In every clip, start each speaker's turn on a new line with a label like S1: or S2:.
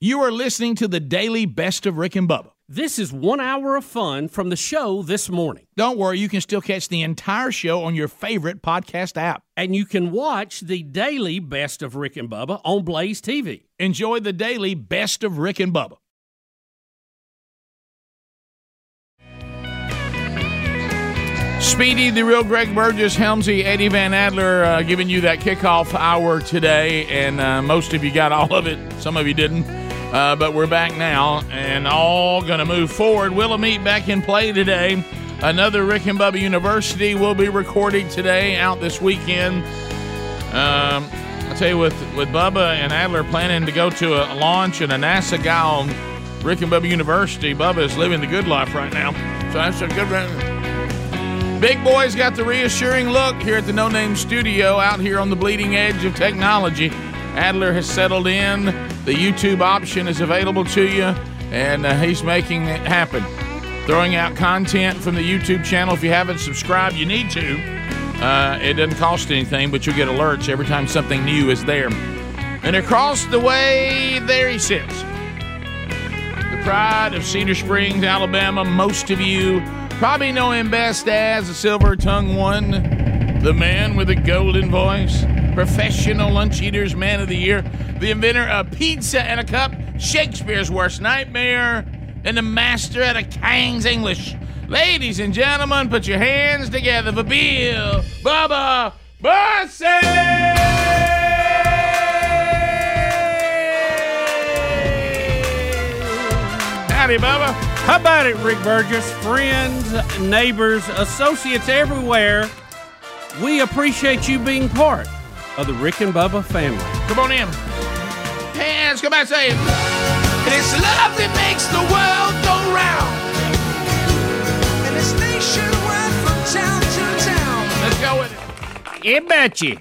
S1: You are listening to the daily best of Rick and Bubba.
S2: This is one hour of fun from the show this morning.
S1: Don't worry, you can still catch the entire show on your favorite podcast app.
S2: And you can watch the daily best of Rick and Bubba on Blaze TV.
S1: Enjoy the daily best of Rick and Bubba. Speedy, the real Greg Burgess, Helmsy, Eddie Van Adler uh, giving you that kickoff hour today. And uh, most of you got all of it, some of you didn't. Uh, but we're back now and all going to move forward. Willa Meat back in play today. Another Rick and Bubba University will be recorded today, out this weekend. Um, I tell you, with, with Bubba and Adler planning to go to a launch and a NASA guy on Rick and Bubba University, Bubba is living the good life right now. So that's a good round. Big boy's got the reassuring look here at the No Name Studio out here on the bleeding edge of technology. Adler has settled in. The YouTube option is available to you, and uh, he's making it happen. Throwing out content from the YouTube channel. If you haven't subscribed, you need to. Uh, it doesn't cost anything, but you'll get alerts every time something new is there. And across the way, there he sits. The pride of Cedar Springs, Alabama. Most of you probably know him best as the silver tongue one the man with a golden voice, professional lunch eaters man of the year, the inventor of pizza and a cup, Shakespeare's worst nightmare, and the master at a King's English. Ladies and gentlemen, put your hands together for Bill Bubba Bussey! Howdy, Bubba.
S2: How about it, Rick Burgess? Friends, neighbors, associates everywhere. We appreciate you being part of the Rick and Bubba family.
S1: Come on in. Hands, come out, say it. It's love that makes the world go round.
S3: And it's nationwide from town to town.
S1: Let's go with it.
S2: You betcha.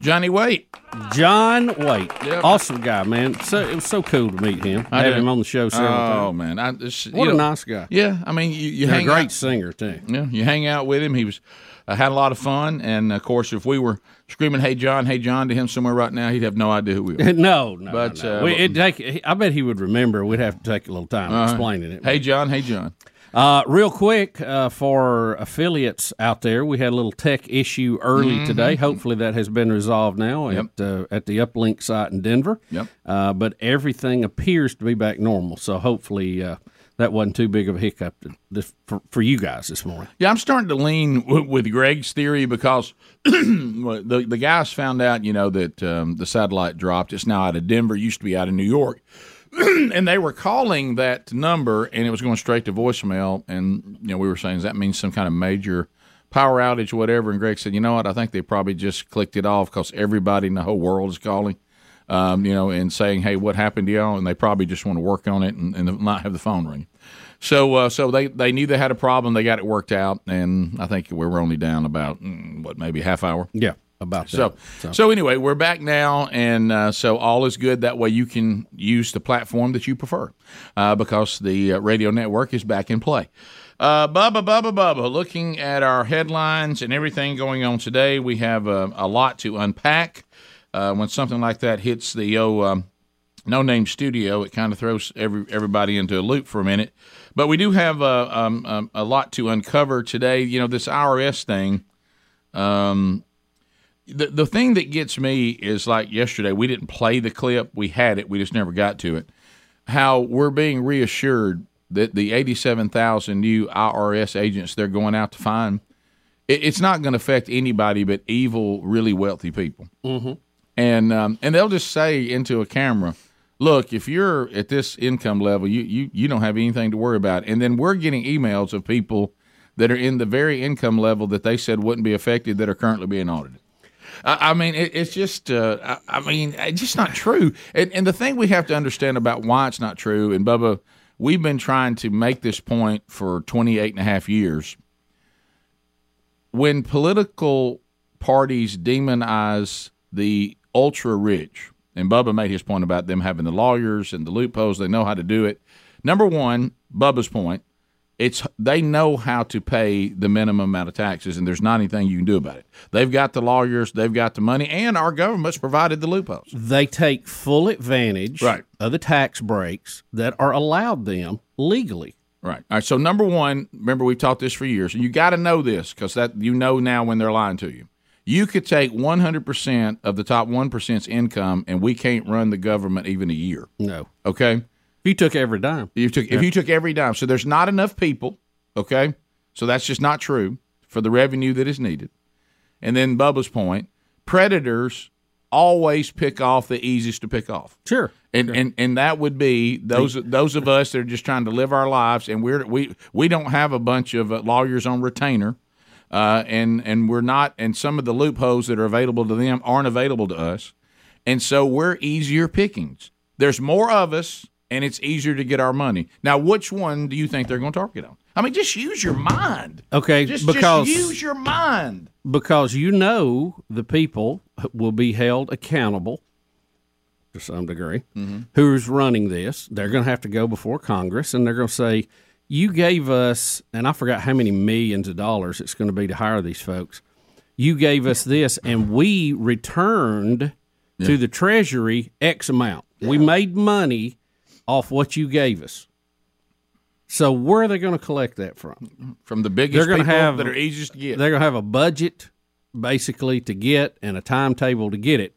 S1: Johnny Wait.
S2: John Wait.
S1: Yep.
S2: Awesome guy, man. So It was so cool to meet him.
S1: I
S2: have
S1: did.
S2: him on the show several
S1: Oh
S2: times.
S1: man, I just,
S2: What
S1: you
S2: a
S1: know-
S2: nice guy.
S1: Yeah, I mean, you you
S2: And a
S1: hang
S2: great
S1: out,
S2: singer, too.
S1: yeah, you hang out with him. He was uh, had a lot of fun, and of course, if we were screaming "Hey John, Hey John" to him somewhere right now, he'd have no idea who we were.
S2: No, no,
S1: But,
S2: no.
S1: uh,
S2: we, it take, I bet he would remember. We'd have to take a little time explaining it.
S1: hey John, Hey John.
S2: Uh, real quick, uh, for affiliates out there, we had a little tech issue early
S1: Mm-hmm.
S2: today. Hopefully, that has been resolved now at, uh, at the Uplink site in Denver.
S1: Yep.
S2: Uh, but everything appears to be back normal. So hopefully, uh, that wasn't too big of a hiccup to, this, for, for you guys this morning.
S1: Yeah, I'm starting to lean w- with Greg's theory because the the guys found out, you know, that um, the satellite dropped. It's now out of Denver. It Used to be out of New York, and they were calling that number, and it was going straight to voicemail. And you know, we were saying does that means some kind of major power outage, whatever. And Greg said, you know what? I think they probably just clicked it off because everybody in the whole world is calling. Um, you know, and saying, "Hey, what happened to y'all?" And they probably just want to work on it and, and not have the phone ring. So, uh, so they, they knew they had a problem. They got it worked out, and I think we were only down about mm, what maybe a half hour.
S2: Yeah, about that.
S1: So, so, anyway, we're back now, and uh, so all is good. That way, you can use the platform that you prefer, uh, because the uh, radio network is back in play. Uh, Bubba, Bubba, Bubba. Looking at our headlines and everything going on today, we have uh, a lot to unpack. Uh, when something like that hits the oh, um, no name studio, it kind of throws every everybody into a loop for a minute. But we do have uh, um, um, a lot to uncover today. You know, this IRS thing the the thing that gets me is like yesterday we didn't play the clip we had it we just never got to it how we're being reassured that the 87,000 new IRS agents they're going out to find it, it's not going to affect anybody but evil really wealthy people mm-hmm. and um, and they'll just say into a camera look if you're at this income level you you you don't have anything to worry about and then we're getting emails of people that are in the very income level that they said wouldn't be affected that are currently being audited. I, I mean, it, it's just, uh, I, I mean, it's just not true. And, and the thing we have to understand about why it's not true, and Bubba, we've been trying to make this point for 28 and a half years. When political parties demonize the ultra rich, and Bubba made his point about them having the lawyers and the loopholes, they know how to do it. Number one, Bubba's point, it's they know how to pay the minimum amount of taxes, and there's not anything you can do about it. They've got the lawyers, they've got the money, and our government's provided the loopholes.
S2: They take full advantage
S1: Right.
S2: of the tax breaks that are allowed them legally.
S1: Right. All right. So number one, remember we've taught this for years, and you got to know this because that you know now when they're lying to you. You could take 100% of the top 1%'s income, and we can't run the government even a year.
S2: No.
S1: Okay.
S2: You took every dime.
S1: You took if you took every dime. So there's not enough people. Okay, so that's just not true for the revenue that is needed. And then Bubba's point: predators always pick off the easiest to pick off.
S2: Sure.
S1: And, and and that would be those those of us that are just trying to live our lives, and we're we we don't have a bunch of uh, lawyers on retainer, uh, and and we're not, and some of the loopholes that are available to them aren't available to us, and so we're easier pickings. There's more of us, and it's easier to get our money. Now, which one do you think they're going to target on? I mean, just use your mind.
S2: Okay,
S1: just,
S2: because-
S1: just use your mind.
S2: because you know the people will be held accountable to some degree
S1: Mm-hmm.
S2: who's running this they're going to have to go before congress and they're going to say you gave us and i forgot how many millions of dollars it's going to be to hire these folks you gave us this and we returned to the treasury x amount we made money off what you gave us so where are they going to collect that from
S1: From the biggest
S2: They're gonna
S1: people
S2: have-
S1: that are easiest to get.
S2: they're going to have a budget basically to get and a timetable to get it.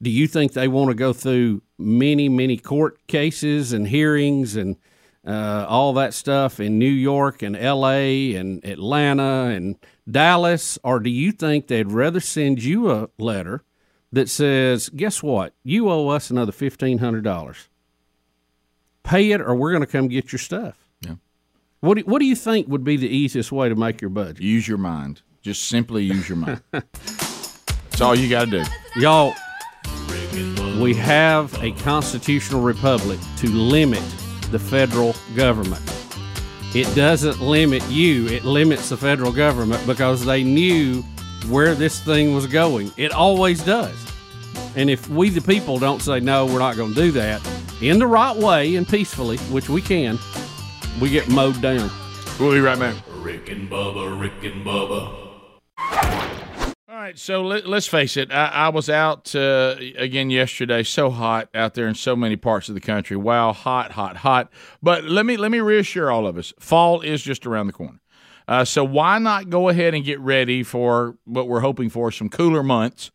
S2: Do you think they want to go through many, many court cases and hearings and uh, all that stuff in New York and LA and Atlanta and Dallas? Or do you think they'd rather send you a letter that says, guess what? You owe us another $1,500. Pay it or we're going to come get your stuff.
S1: Yeah.
S2: What do, what do you think would be the easiest way to make your budget?
S1: Use your mind. Just simply use your mind. That's all you got to do.
S2: Y'all, we have a constitutional republic to limit the federal government. It doesn't limit you, it limits the federal government because they knew where this thing was going. It always does. And if we, the people, don't say, no, we're not going to do that in the right way and peacefully, which we can, we get mowed down.
S1: We'll be right back.
S4: Rick and Bubba, Rick and Bubba.
S1: All right, so let, us face it. I, I was out uh, again yesterday. So hot out there in so many parts of the country. Wow, hot, hot, hot. But let me let me reassure all of us: fall is just around the corner. Uh, so why not go ahead and get ready for what we're hoping for some cooler months?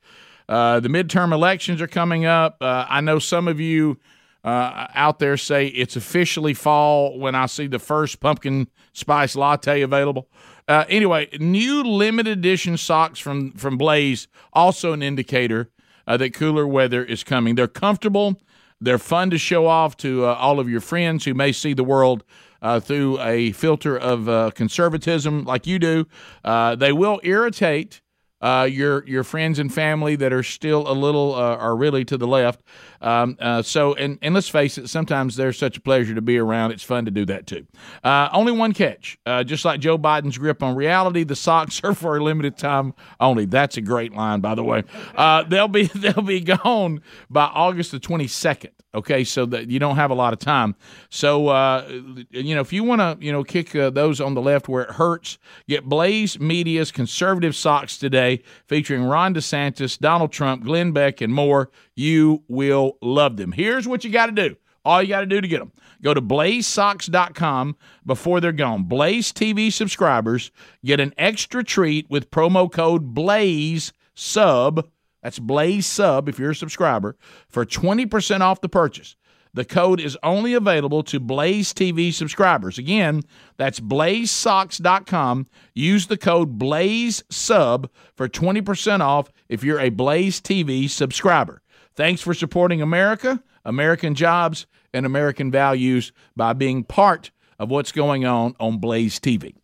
S1: Uh, the midterm elections are coming up. Uh, I know some of you uh, out there say it's officially fall when I see the first pumpkin spice latte available. Uh, anyway, new limited edition socks from from Blaze also an indicator uh, that cooler weather is coming. They're comfortable. They're fun to show off to uh, all of your friends who may see the world uh, through a filter of uh, conservatism like you do. Uh, they will irritate uh, your your friends and family that are still a little uh, are really to the left. Um, uh, so and and let's face it, sometimes they're such a pleasure to be around. It's fun to do that too. Uh, only one catch, uh, just like Joe Biden's grip on reality, the socks are for a limited time only. That's a great line, by the way. Uh, they'll be they'll be gone by August the twenty second. Okay, so that you don't have a lot of time. So uh, you know, if you want to, you know, kick uh, those on the left where it hurts, get Blaze Media's conservative socks today, featuring Ron DeSantis, Donald Trump, Glenn Beck, and more. You will love them. Here's what you got to do. All you got to do to get them, go to blazesocks.com before they're gone. Blaze TV subscribers get an extra treat with promo code BLAZE SUB. That's Blaze Sub if you're a subscriber for 20% off the purchase. The code is only available to Blaze TV subscribers. Again, that's blazesocks.com. Use the code Blaze Sub for 20% off if you're a Blaze TV subscriber. Thanks for supporting America, American jobs, and American values by being part of what's going on on Blaze TV.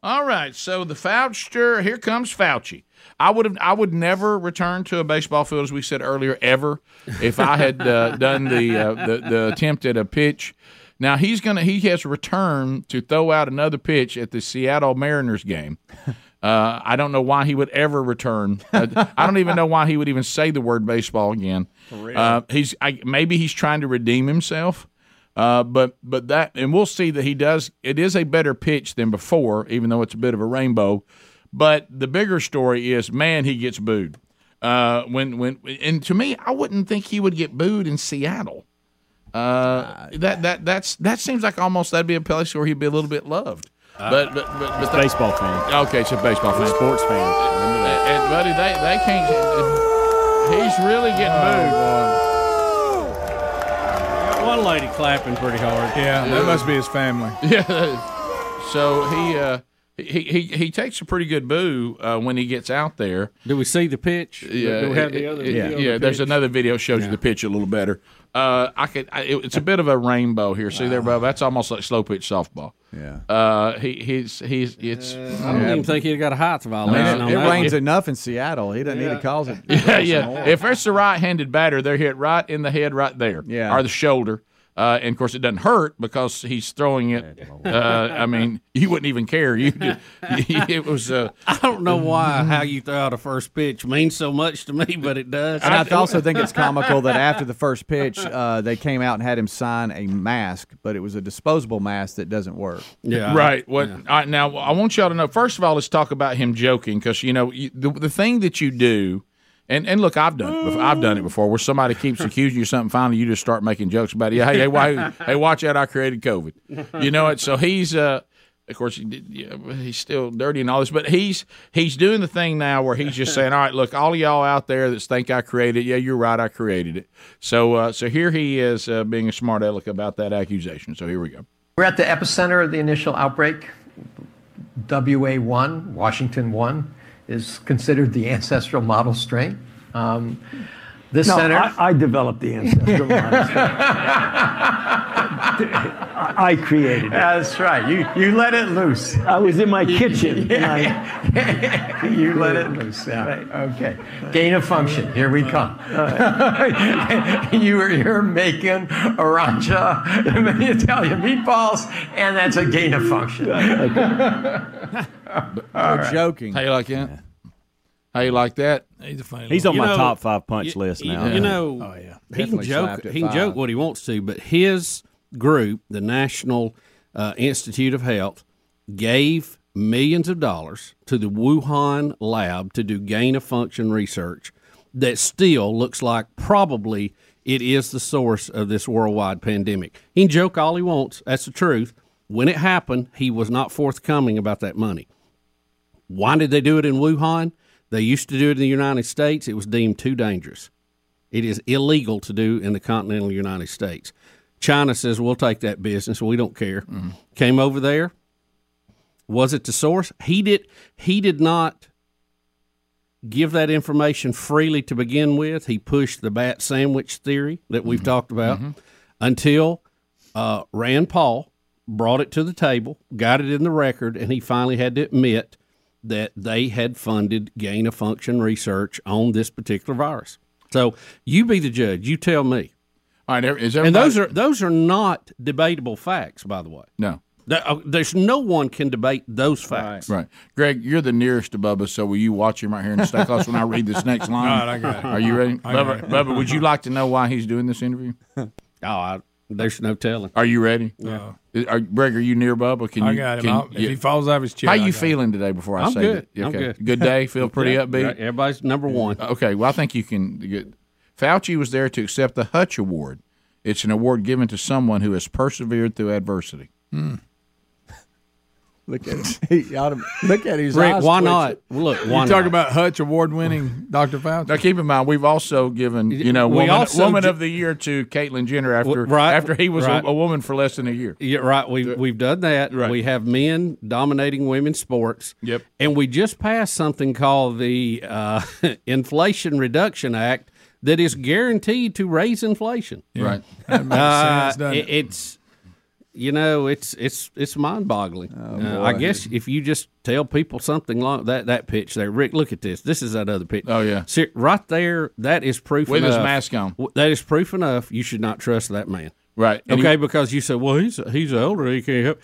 S1: All right, so the Fauchster, here comes Fauci. I would have, I would never return to a baseball field, as we said earlier, ever, if I had uh, done the, uh, the the attempt at a pitch. Now he's gonna, he has returned to throw out another pitch at the Seattle Mariners game. Uh, I don't know why he would ever return. Uh, I don't even know why he would even say the word baseball again. Uh, he's I, maybe he's trying to redeem himself. Uh, but but that and we'll see that he does. It is a better pitch than before, even though it's a bit of a rainbow. But the bigger story is, man, he gets booed. Uh, when when and to me, I wouldn't think he would get booed in Seattle. Uh, that that that's that seems like almost that'd be a place where he'd be a little bit loved. but but but, but that-
S5: Baseball fan,
S1: okay, it's a Uh, baseball fan.
S5: sports fan.
S1: And, and, buddy, they they can't. He's really getting booed.
S2: One lady clapping pretty hard.
S6: Yeah, that must be his family.
S1: Yeah. So he uh, he, he he takes a pretty good boo uh, when he gets out there.
S2: Do we see the pitch?
S1: Yeah,
S2: Do we have the other?
S1: it-
S2: video
S1: yeah.
S2: of the
S1: there's
S2: pitch?
S1: another video shows you the pitch a little better. Uh, I could. I, it, it's a bit of a rainbow here. See there, Bob. That's almost like slow pitch softball.
S6: Yeah.
S1: Uh, he he's he's it's
S2: I don't even think he got a height violation.
S6: Man,
S2: on
S6: it, it
S2: that.
S6: rains enough in Seattle. He doesn't need to cause it.
S1: yeah yeah. If it's a right-handed batter, they're hit right in the head, right there.
S6: Yeah.
S1: Or the shoulder. Uh, and of course, it doesn't hurt because he's throwing it. Uh, I mean, you wouldn't even care. You, it was. Uh,
S2: I don't know why how you throw out a first pitch means so much to me, but it does.
S6: And I th- also think it's comical that after the first pitch, uh, they came out and had him sign a mask, but it was a disposable mask that doesn't work.
S2: yeah,
S1: Right. What all right, now? I want y'all to know. First of all, let's talk about him joking because you know you, the, the thing that you do, and and look, I've done it before, I've done it before, where somebody keeps accusing you of something. Finally, you just start making jokes about it. Yeah, Hey, hey, why, hey, watch out! I created COVID. You know it. So he's uh. Of course, he did, yeah, but he's still dirty and all this, but he's he's doing the thing now where he's just saying, "All right, look, all of y'all out there that think I created, it, yeah, you're right, I created it." So, uh, so here he is uh, being a smart aleck about that accusation. So here we go.
S7: We're at the epicenter of the initial outbreak. WA1, Washington 1, is considered the ancestral model strain. Um, this
S8: No,
S7: center,
S8: I, I developed the ancestral models. I I created it.
S7: that's right. You you let it loose.
S8: I was in my kitchen. and I-
S7: you let it loose. Yeah. Okay. Gain of function. Here we come. you were here making aranja, Italian meatballs, and that's a gain of function.
S6: They're joking.
S1: How you like that? How you like that?
S5: He's a funny.
S8: He's on
S2: You
S8: my
S2: know-
S8: top five punch
S2: You-
S8: list
S2: you-
S8: now.
S2: You, know,
S6: Oh,
S2: he can
S6: Definitely
S2: joke.
S6: slapped at
S2: He can
S6: five.
S2: joke what he wants to, but his group, the National uh, Institute of Health, gave millions of dollars to the Wuhan lab to do gain of function research that still looks like probably it is the source of this worldwide pandemic. He can joke all he wants. That's the truth. When it happened, he was not forthcoming about that money. Why did they do it in Wuhan? They used to do it in the United States. It was deemed too dangerous. It is illegal to do in the continental United States. China says we'll take that business. We don't care. Came over there. Was it the source? He did. He did not give that information freely to begin with. He pushed the bat sandwich theory that we've talked about until uh, Rand Paul brought it to the table, got it in the record, and he finally had to admit that they had funded gain of function research on this particular virus. So you be the judge. You tell me.
S1: All right, is
S2: And
S1: everybody-
S2: those are those are not debatable facts, by the way.
S1: no
S2: There- uh, There's no one can debate those facts.
S1: right. Greg, you're the nearest to Bubba, so will you watch him right here and stay close when I read this next line?
S5: All right, I got it.
S1: Are you ready, Bubba? Bubba, would you like to know why he's doing this interview?
S2: Oh, I, there's no telling.
S1: Are you ready? Yeah. Are, Greg, are you near Bubba? Can
S5: I
S1: you-
S5: got him.
S1: can-
S5: I'll-
S1: yeah.
S5: If he falls off his chair,
S1: How
S5: I
S1: you
S5: got him.
S1: feeling today? Before I
S2: I'm
S1: say
S2: good.
S1: that,
S2: I'm good.
S1: day. Feel pretty upbeat.
S2: Right, Everybody's number one.
S1: Okay, well, I think you can. Get, Fauci was there to accept the Hutch Award. It's an award given to someone who has persevered through adversity.
S6: Look at him. He ought to- look at his
S2: Rick,
S6: eyes
S2: why
S6: twitching.
S2: not? Look, why
S5: You talking
S2: not?
S5: about Hutch award-winning Dr. Fauci?
S1: Now, keep in mind, we've also given you know
S2: We
S1: woman,
S2: also
S1: woman
S2: ju-
S1: of the year to Caitlyn Jenner after
S2: W- right,
S1: after he was
S2: right.
S1: a, a woman for less than a year.
S2: Yeah, right. We've we've done that.
S1: Right.
S2: We have men dominating women's sports.
S1: Yep.
S2: And we just passed something called the uh, Inflation Reduction Act that is guaranteed to raise inflation.
S1: Right.
S5: That makes
S2: Uh,
S5: sense, doesn't
S2: it-
S5: it?
S2: it's you know, it's it's it's mind-boggling.
S1: Oh,
S2: Uh, I guess if you just tell people something like that, that pitch there, Rick, look at this. This is that other pitch.
S1: Oh, yeah.
S2: See, right there, that is proof
S1: With his
S2: enough.
S1: mask on.
S2: w- That is proof enough. You should not trust that man.
S1: Right. And he-
S2: Okay, because you said, well, he's he's elder, he can't help.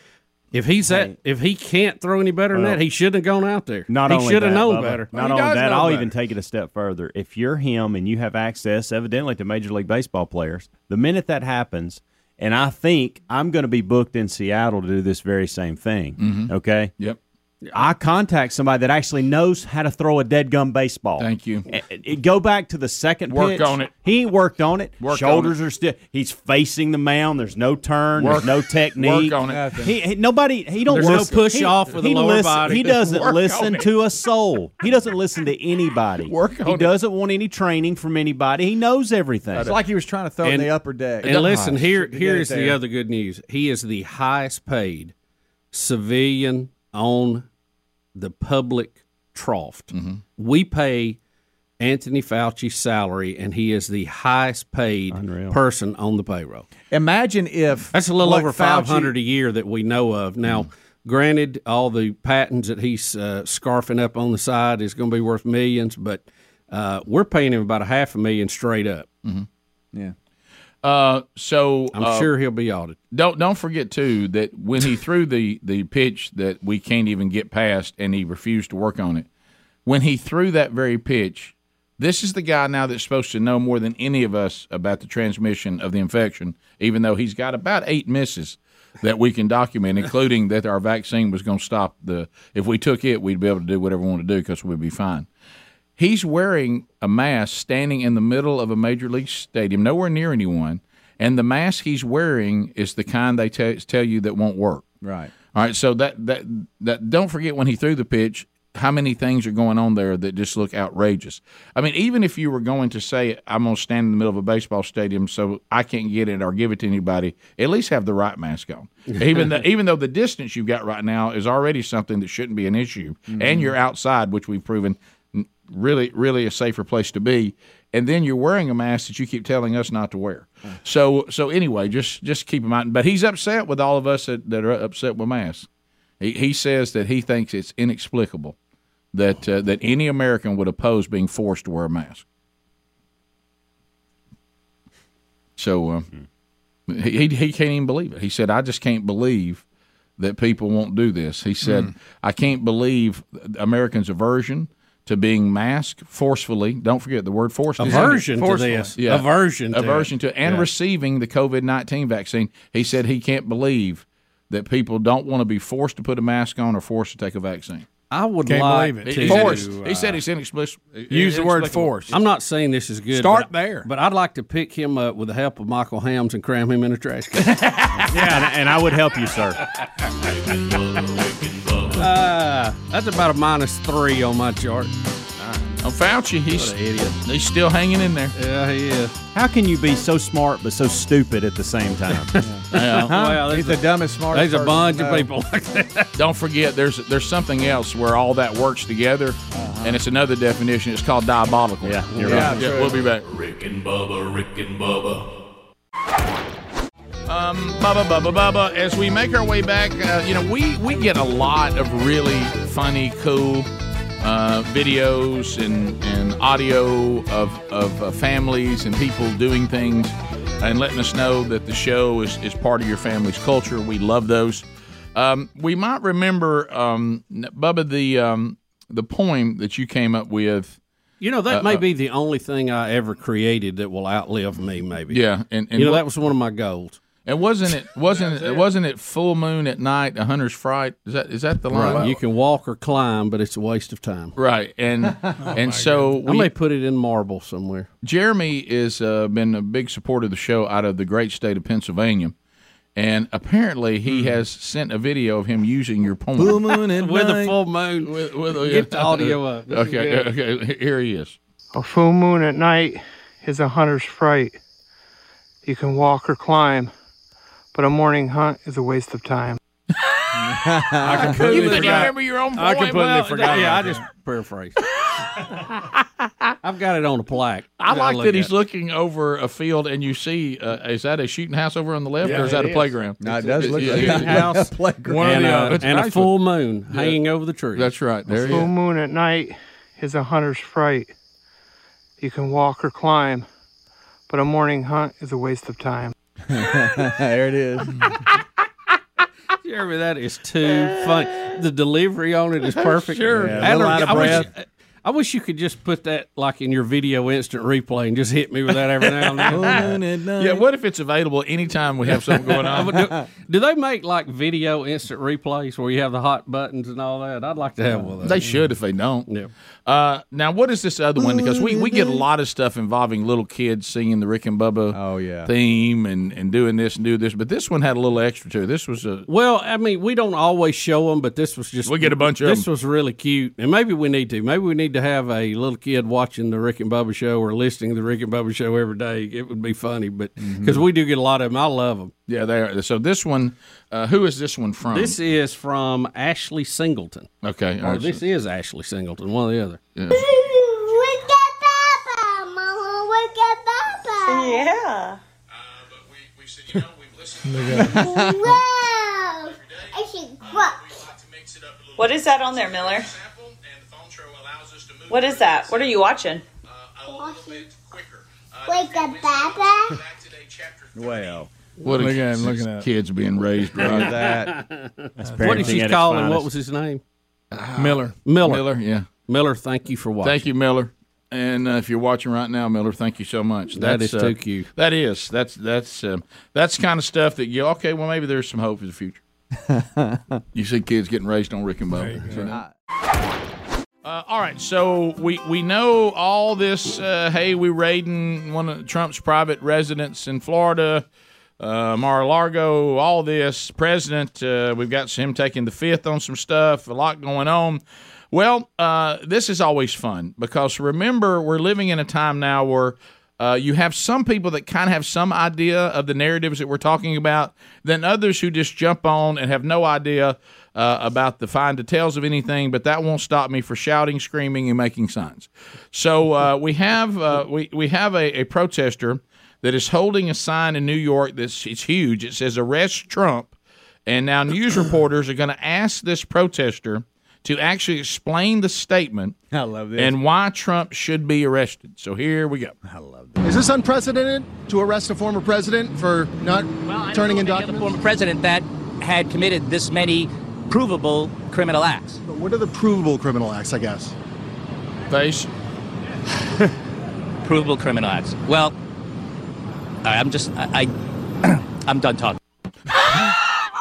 S2: If he's that, if he can't throw any better than that, he shouldn't have gone out there.
S8: Not
S2: he
S8: only
S2: should have
S8: that,
S2: known
S8: Bubba,
S2: better.
S8: Not
S1: He does
S8: only that,
S1: know
S8: I'll
S1: better.
S8: even take it a step further. If you're him and you have access, evidently, to Major League Baseball players, the minute that happens, and I think I'm going to be booked in Seattle to do this very same thing.
S1: Mm-hmm.
S8: Okay,
S1: Yep.
S8: I contact somebody that actually knows how to throw a dead gum baseball.
S1: Thank you.
S8: A- a- Go back to the second
S1: Work
S8: pitch.
S1: on it.
S8: He ain't worked on it.
S1: Work on
S8: Shoulders are still. He's facing the mound. There's no turn.
S1: Work-
S8: There's no technique.
S1: work on it.
S8: He, he- nobody. He don't.
S2: There's no
S8: listen-
S2: push
S8: he-
S2: off with the
S8: he
S2: lower
S8: listen-
S2: body.
S8: He doesn't
S1: Work on
S8: listen
S1: it.
S8: to a soul. He doesn't listen to anybody.
S1: Work on
S8: he
S1: it.
S8: doesn't want any training from anybody. He knows everything.
S6: It's like he was trying to throw
S2: And-
S6: in the upper deck.
S2: And listen,
S6: Gosh,
S2: here
S6: should be
S2: here
S6: dead
S2: is the
S6: there.
S2: other good news. He is the highest paid civilian on the public trough. We pay Anthony Fauci's salary, and he is the highest paid person on the payroll.
S6: Imagine if
S2: That's a little
S6: what
S2: over
S6: Fauci-
S2: five hundred a year that we know of now. Granted, all the patents that he's uh, scarfing up on the side is going to be worth millions, but uh, we're paying him about a half a million straight up.
S1: Uh, so
S2: I'm
S1: uh,
S2: sure he'll be audited.
S1: Don't don't forget too that when he threw the the pitch that we can't even get past, and he refused to work on it. When he threw that very pitch, this is the guy now that's supposed to know more than any of us about the transmission of the infection, even though he's got about eight misses that we can document, including that our vaccine was going to stop the. If we took it, we'd be able to do whatever we want to do because we'd be fine. He's wearing a mask standing in the middle of a major league stadium, nowhere near anyone. And the mask he's wearing is the kind they te- tell you that won't work.
S6: Right.
S1: All right. So that, that that don't forget when he threw the pitch, how many things are going on there that just look outrageous. I mean, even if you were going to say I'm going to stand in the middle of a baseball stadium, so I can't get it or give it to anybody, at least have the right mask on. even though, even though the distance you've got right now is already something that shouldn't be an issue, and you're outside, which we've proven n- really really a safer place to be. And then you're wearing a mask that you keep telling us not to wear. So so anyway, just just keep in mind. But he's upset with all of us that, that are upset with masks. He, he says that he thinks it's inexplicable that uh, that any American would oppose being forced to wear a mask. So um, he, he he can't even believe it. He said, "I just can't believe that people won't do this." He said,
S2: Mm.
S1: "I can't believe Americans' aversion to being masked forcefully. Don't forget the word forced. is in it.
S2: Aversion to this.
S1: Yeah.
S2: Aversion to it.
S1: aversion to and receiving the COVID nineteen vaccine. He said he can't believe that people don't want to be forced to put a mask on or forced to take a vaccine.
S2: I would
S5: Can't
S2: like
S5: believe it.
S1: Uh, He-
S2: to-
S1: He, forced. he said it's inexplicable.
S5: Use the word
S1: inexplicable.
S5: force.
S2: I'm not saying this is good.
S5: Start
S2: but-
S5: there.
S2: But I'd like to pick him up with the help of Michael Hams and cram him in a trash can.
S8: yeah, and, and I would help you, sir.
S2: Uh, That's about a minus three on my chart.
S1: On Fauci, he's he's still hanging in there.
S2: Yeah, he is.
S8: How can you be so smart but so stupid at the same time?
S2: Well,
S6: He's
S2: there's,
S6: the
S2: a,
S6: dumbest, smartest.
S2: there's a
S6: person
S2: bunch
S6: I
S2: of
S6: know.
S2: people like that.
S1: Don't forget, there's there's something else where all that works together, and it's another definition. It's called diabolical.
S8: Uh-huh. Yeah, you're
S1: yeah,
S8: right.
S1: yeah, We'll be back.
S4: Rick and Bubba, Rick and Bubba.
S1: Um, Bubba, Bubba, Bubba. As we make our way back, uh, you know, we we get a lot of really funny, cool uh, videos and and audio of of uh, families and people doing things, and letting us know that the show is is part of your family's culture. We love those. Um, we might remember, um, Bubba, the um, the poem that you came up with.
S2: You know, that may be the only thing I ever created that will outlive me, maybe.
S1: Yeah, and, and
S2: You know,
S1: what-
S2: that was one of my goals.
S1: and wasn't it wasn't it, wasn't it full moon at night, a hunter's fright? Is that is that the line?
S2: You can walk or climb, but it's a waste of time.
S1: Right, and
S2: Oh
S1: and so
S2: I
S1: we,
S2: may put it in marble somewhere.
S1: Jeremy is uh, been a big supporter of the show out of the great state of Pennsylvania, and apparently he
S2: Hmm.
S1: has sent a video of him using your poem.
S6: Moon and
S2: With
S6: night.
S2: a full moon.
S1: With- with-
S2: Get the audio up. This is
S1: Okay, okay, here he is.
S9: A full moon at night is a hunter's fright. You can walk or climb, but a morning hunt is a waste of time.
S1: You couldn't remember your own poem.
S2: I completely
S1: Well,
S2: forgot. Yeah, I just paraphrase. I've got it on a plaque.
S1: I
S2: that
S1: like
S2: look
S1: that he's
S2: at.
S1: looking over a field and you see, uh, is that a shooting house over on the left
S2: Yeah,
S1: or is that
S2: it
S1: a
S2: is.
S1: playground?
S2: No, it does look like a shooting
S1: house,
S2: house.
S1: One
S2: And
S1: or the
S2: a-
S1: other. It's
S2: and a
S1: nice
S2: full
S1: one.
S2: moon hanging over the tree.
S1: That's right.
S9: a
S1: There
S9: full
S1: you go.
S9: moon at night is a hunter's fright. You can walk or climb, but a morning hunt is a waste of time.
S6: there it is.
S2: Jeremy, that is too funny. The delivery on it is perfect.
S6: Sure. Yeah, a
S2: Adler,
S6: little out of
S2: I wish-
S6: breath.
S2: I wish you could just put that like in your video instant replay and just hit me with that every now and then.
S1: Yeah, what if it's available anytime we have something going on?
S2: Do they make like video instant replays where you have the hot buttons and all that? I'd like to have one of those.
S1: They should if they don't. Yeah. Uh, now, what is this other one? Because we, we get a lot of stuff involving little kids singing the Rick and Bubba oh, yeah. theme and, and doing this and do this, but this one had a little extra to it. This was a
S2: Well, I mean, we don't always show them, but this was just
S1: We get a bunch of
S2: This
S1: them.
S2: was really cute, and maybe we need to. Maybe we need to have a little kid watching the Rick and Bubba show or listening to the Rick and Bubba show every day. It would be funny, but because we do get a lot of them, I love them.
S1: Yeah, they are. So this one, uh, who is this one from?
S2: This
S5: Um,
S2: is from Ashley Singleton.
S1: Okay, all
S2: or
S1: right.
S2: this is Ashley Singleton, one or the other.
S10: Look at Papa, Mama. Look at Papa. Yeah. Wow. It's a
S11: What is that on there, Miller? What is that? What are you watching?
S10: Look at Papa.
S1: Well, what
S5: Look
S1: a,
S5: at him looking
S1: these
S5: at it.
S1: kids being raised
S5: Look at
S1: right?
S5: that. That's
S2: what did she call him? What was his name?
S1: Miller.
S2: Miller.
S1: Miller, yeah.
S2: Miller, thank you for watching.
S1: Thank you, Miller. And uh, if you're watching right now, Miller, thank you so much.
S2: That is too cute.
S1: That is. That's that's um, that's kind of stuff that you okay. Well, maybe there's some hope for the future. you see kids getting raised on Rick and Bubba. you know? Uh, all right, so we we know all this. Uh, hey, we raiding one of Trump's private residence in Florida, uh, Mar-a-Lago. All this president. Uh, we've got him taking the fifth on some stuff. A lot going on. Well, uh, this is always fun because remember we're living in a time now where. Uh, you have some people that kind of have some idea of the narratives that we're talking about, then others who just jump on and have no idea uh, about the fine details of anything. But that won't stop me for shouting, screaming, and making signs. So uh, we have uh, we we have a, a protester that is holding a sign in New York that's it's huge. It says "Arrest Trump," and now news reporters are going to ask this protester to actually explain the statement
S6: I love this.
S1: and why Trump should be arrested. So here we go. I love
S12: Is this unprecedented to arrest a former president for not turning in documents?
S13: former president that had committed this many provable criminal acts.
S12: But what are the provable criminal acts, I guess?
S1: Face.
S13: provable criminal acts. Well, I- I'm just I, I I'm done talking.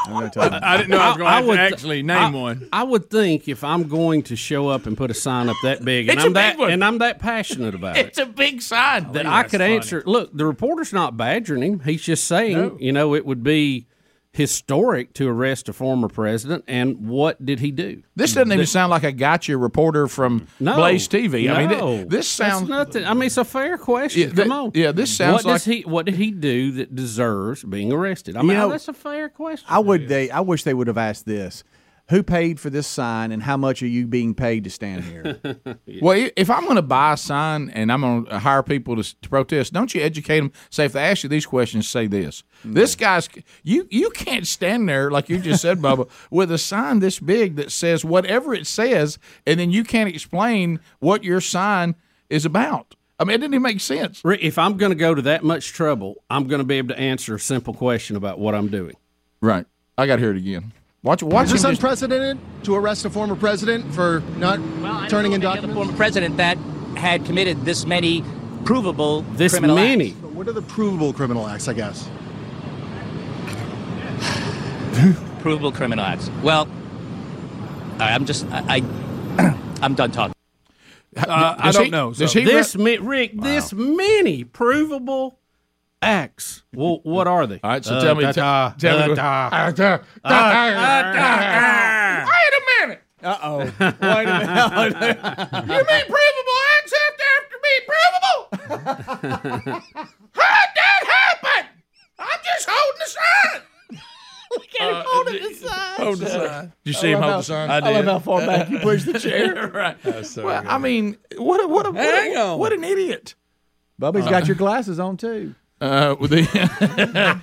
S5: I didn't know I was gonna have to
S2: would-
S5: actually name
S2: I-
S5: one.
S2: I would think if I'm going to show up and put a sign up that big, and
S1: It's a big
S2: I'm that,
S1: one.
S2: and I'm that passionate about it,
S1: It's a big sign
S2: that I could answer. Look, the reporter's not badgering him. He's just saying,
S1: No.
S2: you know, it would be historic to arrest a former president. And what did he do?
S1: This doesn't even sound like a gotcha reporter from
S2: no,
S1: Blaze TV. I mean, thi-
S2: no.
S1: this sounds
S2: That's nothing. I mean, it's a fair question.
S1: Yeah, thi-
S2: Come on.
S1: yeah, this sounds
S2: what does
S1: like-
S2: he? What did he do that deserves being arrested? I mean, that's a fair question.
S6: I would they I wish they would have asked this. Who paid for this sign and how much are you being paid to stand here?
S1: Well, i- if I'm going to buy a sign and I'm going to hire people to, s- to protest, don't you educate them? Say if they ask you these questions, say this. This guy's you you can't stand there like you just said, Bubba, with a sign this big that says whatever it says, and then you can't explain what your sign is about. I mean, it didn't even make sense.
S2: Rick, if I'm going to go to that much trouble, I'm going to be able to answer a simple question about what I'm doing.
S1: Right. I got to hear it again. Watch. Watch
S12: Is this
S1: him just-
S12: unprecedented to arrest a former president for not turning in documents?
S13: Former president that had committed this many provable criminal acts.
S12: But what are the provable criminal acts, I guess?
S13: provable criminal acts. Well, I, I'm just I, I I'm done talking.
S2: uh, I
S13: does
S2: don't
S13: he-
S2: know.
S13: does he
S2: this, ma- Rick, this many provable acts. Well, what are they? All
S1: right,
S3: Uh,
S1: so tell me- t- tell me-
S3: uh,
S1: Wait a minute.
S6: Uh oh. Wait
S3: a minute. you mean provable acts have to have to be provable? How'd that happen?
S1: Uh,
S3: I'm just holding the sign. Look at him holding the sign.
S1: Did you see him hold the sign?
S3: I, love how far back you pushed the chair.
S1: right.
S3: well,
S1: I mean, what a, what a, what,
S3: Hang
S1: a,
S3: on.
S1: what an idiot.
S6: Bubby's
S3: Uh-huh.
S6: got your glasses on too.
S1: Uh, with the,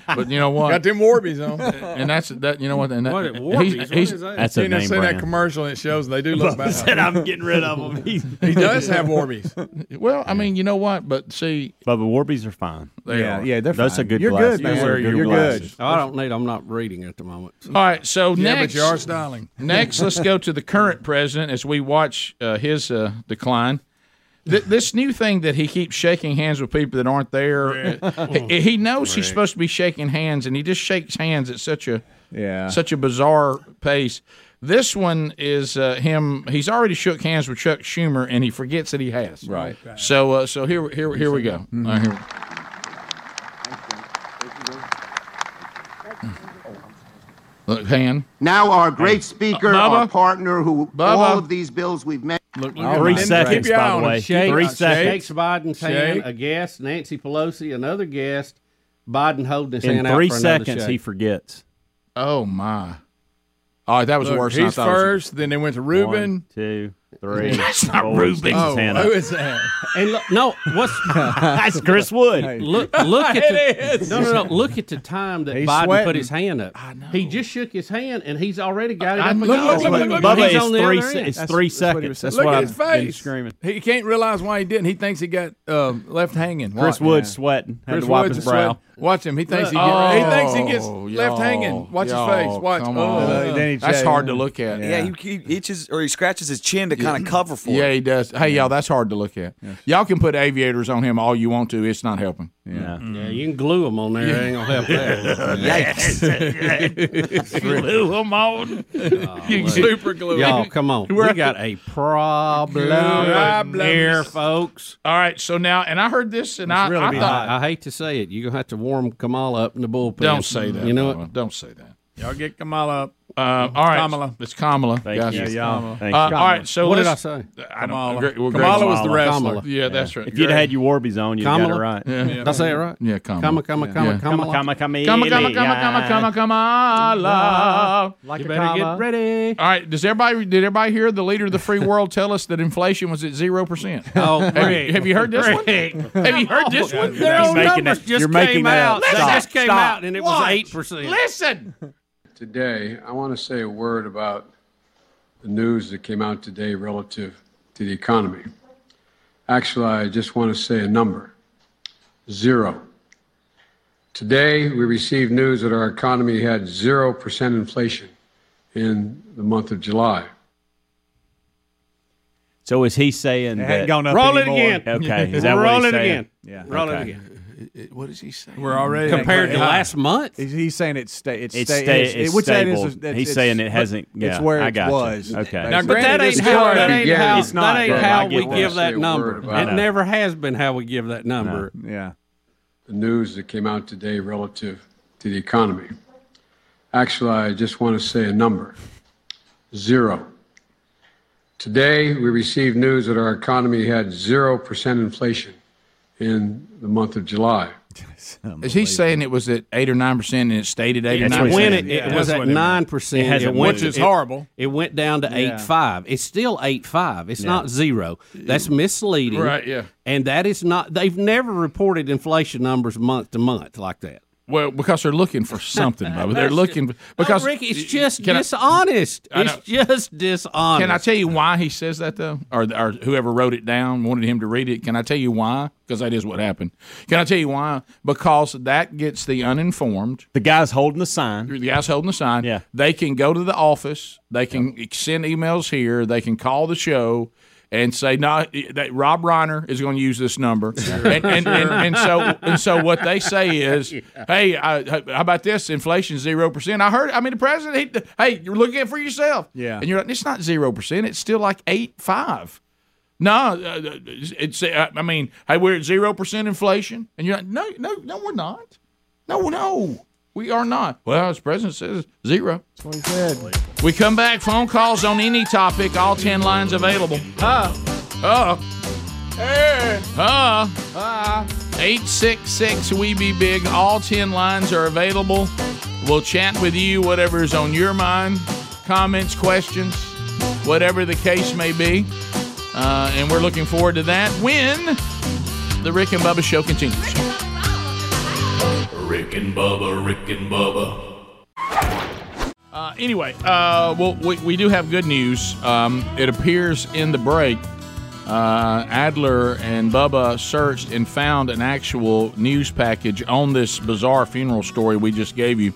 S1: but you know what?
S5: Got them Warbies on.
S1: and that's that. You know what? And that,
S5: What at
S1: he's-
S5: Warby's? What
S1: he's-
S5: is that? You know, seen that commercial and it shows and they do look bad.
S8: them.
S5: he does have Warbies.
S1: Well, I mean, you know what? But see,
S8: Bubba Warby's are fine.
S1: They Yeah, are.
S2: yeah, they're
S8: That's a
S2: fine.
S8: good.
S2: You're
S8: glasses.
S2: good, man.
S8: Those are
S2: You're
S8: glasses.
S2: I don't need. I'm not reading at the moment.
S1: All right, so
S5: Yeah, but
S1: next,
S5: you are styling.
S1: Next, let's go to the current president as we watch uh, his uh, decline. Th- this new thing that he keeps shaking hands with people that aren't there. uh, he, he knows he's supposed to be shaking hands, and he just shakes hands at such a
S6: Yeah.
S1: such a bizarre pace. This one is uh, him. He's already shook hands with Chuck Schumer, and he forgets that he has. Right. So, uh, so here, here, here we go. All right, here we- Look, hand.
S14: Now our great speaker, our partner, who
S1: Uh, Bubba.
S14: all of these bills we've met.
S8: Three seconds,
S2: Keep your
S8: by
S2: eye
S8: the
S2: on
S8: way.
S2: him. Shakes,
S8: Three
S2: shakes
S8: seconds.
S2: Biden's hand,
S8: Shake.
S2: a guest, Nancy Pelosi, another guest. Biden holding his
S8: In
S2: hand out
S8: three
S2: for another
S8: seconds,
S2: shake.
S8: he forgets.
S1: Oh my! All right, that was
S5: Look,
S1: worse. than I
S5: He's
S1: thought it was.
S5: first, then they went to Ruben.
S8: One, two, three.
S1: That's not
S8: four,
S1: Reuben.
S8: sticks
S5: Oh,
S8: his hand up.
S5: who is that?
S2: And look, no, what's
S8: That's Chris Wood.
S2: Look, look at
S8: It
S2: the,
S8: is.
S2: no, no, no. Look at the time that
S8: He's
S2: Biden
S8: sweating.
S2: put his hand up. I know. He just shook his hand, and he's already got it.
S8: I
S2: up
S8: know.
S2: against
S8: Look,
S2: him.
S8: look, look, look,
S2: He's
S8: look.
S2: on the
S8: Bubba, it's
S2: other
S8: three
S2: end.
S8: se- it's three seconds. That's
S5: Look
S8: why
S5: at his
S8: I've been
S5: face.
S8: screaming.
S5: He can't realize why he didn't. He thinks he got uh, left hanging. Watch.
S8: Chris Wood's sweating. Had
S5: Chris
S8: to wipe
S5: Wood's
S8: his brow.
S5: sweating. Watch him. He thinks he,
S1: Look.
S5: get, he thinks he
S1: Oh,
S5: gets
S1: y'all,
S5: left hanging. Watch
S1: y'all,
S5: his face. Watch.
S1: come on.
S5: Oh.
S1: Then he That's hard to look at.
S15: Yeah, he, he itches or he scratches his chin to kind of cover for
S1: Yeah,
S15: it.
S1: he does. Hey, y'all, that's hard to look at. Y'all can put aviators on him all you want to. It's not helping.
S8: Yeah,
S2: yeah you can glue them on there. It ain't gonna help that.
S1: Yikes. Glue 'em on.
S2: Golly.
S1: Super glue 'em.
S2: Y'all, come on. We
S1: Right.
S2: got a problem
S1: Problems.
S2: here, folks.
S1: All right, so now, and I heard this, and I, I thought,
S2: I, I hate to say it. You're going to have to warm Kamala up in the bullpen.
S1: Don't say that,
S2: You know
S1: Bubba.
S2: what?
S1: Don't say that.
S5: Y'all get Kamala up.
S1: Uh, all right,
S5: Kamala.
S1: It's Kamala.
S5: Thank
S1: Gotcha.
S5: you. Yeah, y'all.
S1: Uh,
S5: Thank
S1: all
S5: you.
S1: right, so
S2: What did
S1: let's-
S2: I say?
S1: I don't
S5: Kamala.
S1: agree- well,
S5: Kamala
S1: Greg-
S5: was the wrestler.
S1: Kamala. Yeah, that's right.
S8: If you'd had your Warbies on, you'd got it
S1: Kamala?
S8: right.
S1: Yeah. Yeah.
S8: That's
S1: Did I say it right? Yeah, Kamala.
S2: Comma, comma, comma,
S1: Yeah.
S2: comma,
S8: Comma, comma,
S1: Come, come, come, come, come, come, Kamala.
S2: Like You a better get comma. ready.
S1: All right. Does everybody? Did everybody hear the leader of the free world tell us that inflation was at zero percent?
S2: Oh,
S1: have you,
S2: Rick.
S1: have you heard this
S2: Rick.
S1: one? Have you heard this one?
S2: Their own numbers just came out. They
S1: Listen,
S2: just came
S1: stop.
S2: out, and it was
S1: Watch.
S2: eight percent.
S1: Listen.
S16: Today, I want to say a word about the news that came out today relative to the economy. Actually, I just want to say a number zero. Today, we received news that our economy had 0% inflation in the month of July.
S8: So is he saying
S16: It
S8: that?
S16: hadn't gone up
S2: Roll it anymore. again.
S8: Okay, is that
S2: Roll
S8: what he's
S2: it
S8: saying?
S2: again. Yeah. Roll it
S8: Okay.
S2: again.
S1: What is he saying?
S6: We're already
S2: Compared to
S6: Yeah.
S2: last month?
S6: He's, he's saying it's sta- it's,
S8: It's
S6: sta-
S8: sta-
S6: it's-
S8: it's
S6: it- which that is-
S8: stable.
S6: that's-
S8: He's
S6: it's-
S8: saying it hasn't-
S6: It's
S8: yeah,
S6: where
S8: I
S6: it
S8: got you.
S6: was.
S8: Okay.
S6: Basically.
S2: Now, granted, that ain't
S6: It's
S2: how,
S6: hard
S2: that
S6: to
S2: ain't
S6: get.
S2: how,
S6: It's
S2: that
S6: not,
S2: ain't
S6: but I
S2: how
S6: get
S2: we
S6: what
S2: give
S6: you
S2: that
S6: say,
S2: number.
S6: word about
S2: It
S6: it.
S2: never has been how we give that number.
S6: Yeah.
S16: The news that came out today relative to the economy. Actually, I just want to say a number zero. Today, we received news that our economy had 0% inflation in the month of July.
S1: Is he saying it was at eight or nine percent and it stayed at eight or
S2: It
S1: nine?
S2: went at- it was at nine percent. It went down to
S1: Yeah.
S2: eight five. It's still eight five. It's
S1: Yeah.
S2: not zero. That's misleading.
S1: Right, yeah.
S2: And that is not. They've never reported inflation numbers month to month like that.
S1: Well, because they're looking for something, Bubba. They're looking because
S2: Rick, it's just
S1: Can I-
S2: dishonest.
S1: I know.
S2: it's just dishonest.
S1: Can I tell you why he says that though, or, or whoever wrote it down wanted him to read it? Can I tell you why? Because that is what happened. Can I tell you why? Because that gets the uninformed.
S8: The guy's holding the sign.
S1: The guy's holding the sign. Yeah, they can go to the office. They can send emails here. They can call the show. And say no. That Rob Reiner is going to use this number, and, and, and, and so and so what they say is, hey, I, how about this? Inflation zero percent. I heard. I mean, the president. He, hey, you're looking at it for yourself.
S3: Yeah.
S1: And you're like, it's not zero percent. It's still like eight five. No, uh, it's. uh, I mean, hey, we're at zero percent inflation, and you're like, no, no, no, we're not. No, no, we are not. Well, as president says, zero. That's
S6: what he said.
S1: We come back. Phone calls on any topic. All ten lines available. Huh? Uh, huh?
S3: Ah.
S6: Uh-huh.
S1: 866 We Be Big. All 10 lines are available. We'll chat with you, whatever is on your mind. comments, questions, whatever the case may be. Uh, and we're looking forward to that when the Rick and Bubba show continues.
S4: Rick and Bubba, Rick and Bubba.
S1: Uh, anyway, uh, well, we, we do have good news. Um, it appears in the break, uh, Adler and Bubba searched and found an actual news package on this bizarre funeral story we just gave you.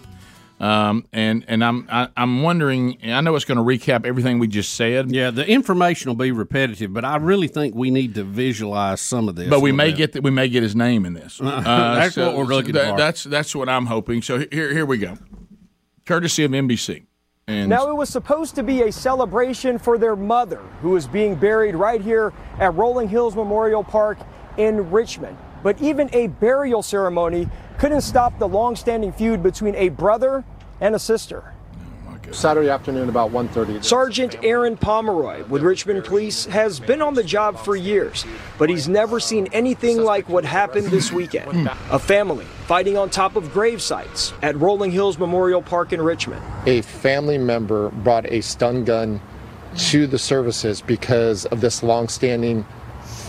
S1: Um, and and I'm I, I'm wondering. and I know it's going to recap everything we just said.
S2: Yeah, the information will be repetitive, but I really think we need to visualize some of this.
S1: But we may get that we may get his name in this. Uh,
S2: that's
S1: so-
S2: what we're looking
S1: so that-
S2: for.
S1: That's that's what I'm hoping. So he- here here we go. Courtesy of NBC. And
S17: Now, it was supposed to be a celebration for their mother, who is being buried right here at Rolling Hills Memorial Park in Richmond. But even a burial ceremony couldn't stop the long-standing feud between a brother and a sister.
S18: Saturday afternoon, about 1.30.
S17: Sergeant Aaron Pomeroy with Richmond Police has been on the job for years, but he's never seen anything like what happened this weekend. A family fighting on top of grave sites at Rolling Hills Memorial Park in Richmond.
S18: A family member brought a stun gun to the services because of this long-standing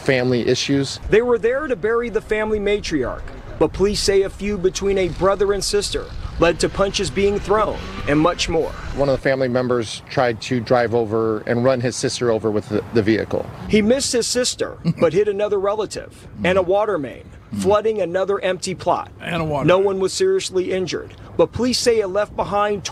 S18: family issues.
S17: They were there to bury the family matriarch, but police say a feud between a brother and sister led to punches being thrown and much more.
S18: One of the family members tried to drive over and run his sister over with the, the vehicle.
S17: He missed his sister, but hit another relative and a water main, flooding another empty plot. And a water. No one was seriously injured, but police say it left behind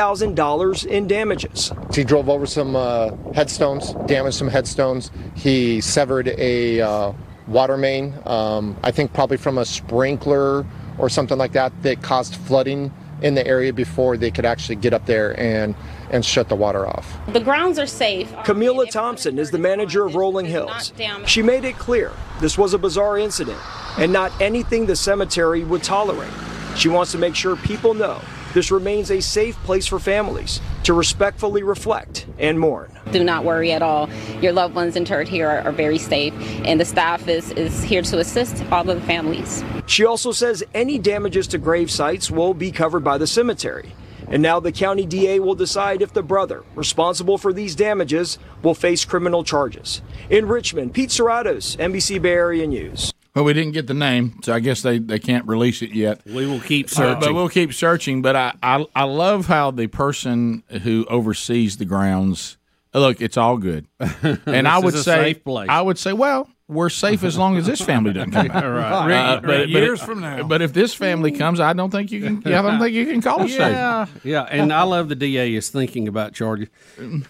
S17: $20,000 in damages.
S18: He drove over some uh, headstones, damaged some headstones. He severed a uh, water main, um, I think probably from a sprinkler or something like that, that caused flooding in the area before they could actually get up there and, and shut the water off.
S19: The grounds are safe.
S17: Camila Thompson is the manager of Rolling Hills. She made it clear this was a bizarre incident and not anything the cemetery would tolerate. She wants to make sure people know this remains a safe place for families to respectfully reflect and mourn.
S19: Do not worry at all. Your loved ones interred here are, are very safe, and the staff is, is here to assist all of the families.
S17: She also says any damages to grave sites will be covered by the cemetery. And now the county DA will decide if the brother responsible for these damages will face criminal charges. In Richmond, Pete Serratos, NBC Bay Area News.
S1: Well, we didn't get the name, so I guess they, they can't release it yet.
S2: We will keep
S1: Uh, but we'll keep searching. But I, I I love how the person who oversees the grounds uh, look. It's all good, and I
S2: This
S1: would
S2: is a
S1: say
S2: safe place.
S1: I would say, well, we're safe as long as this family doesn't come. Uh, out.
S2: Right. Right. Years from now.
S1: But if this family comes, I don't think you can. I don't think you can call us
S2: yeah,
S1: safe.
S2: yeah, and I love the DA is thinking about charges.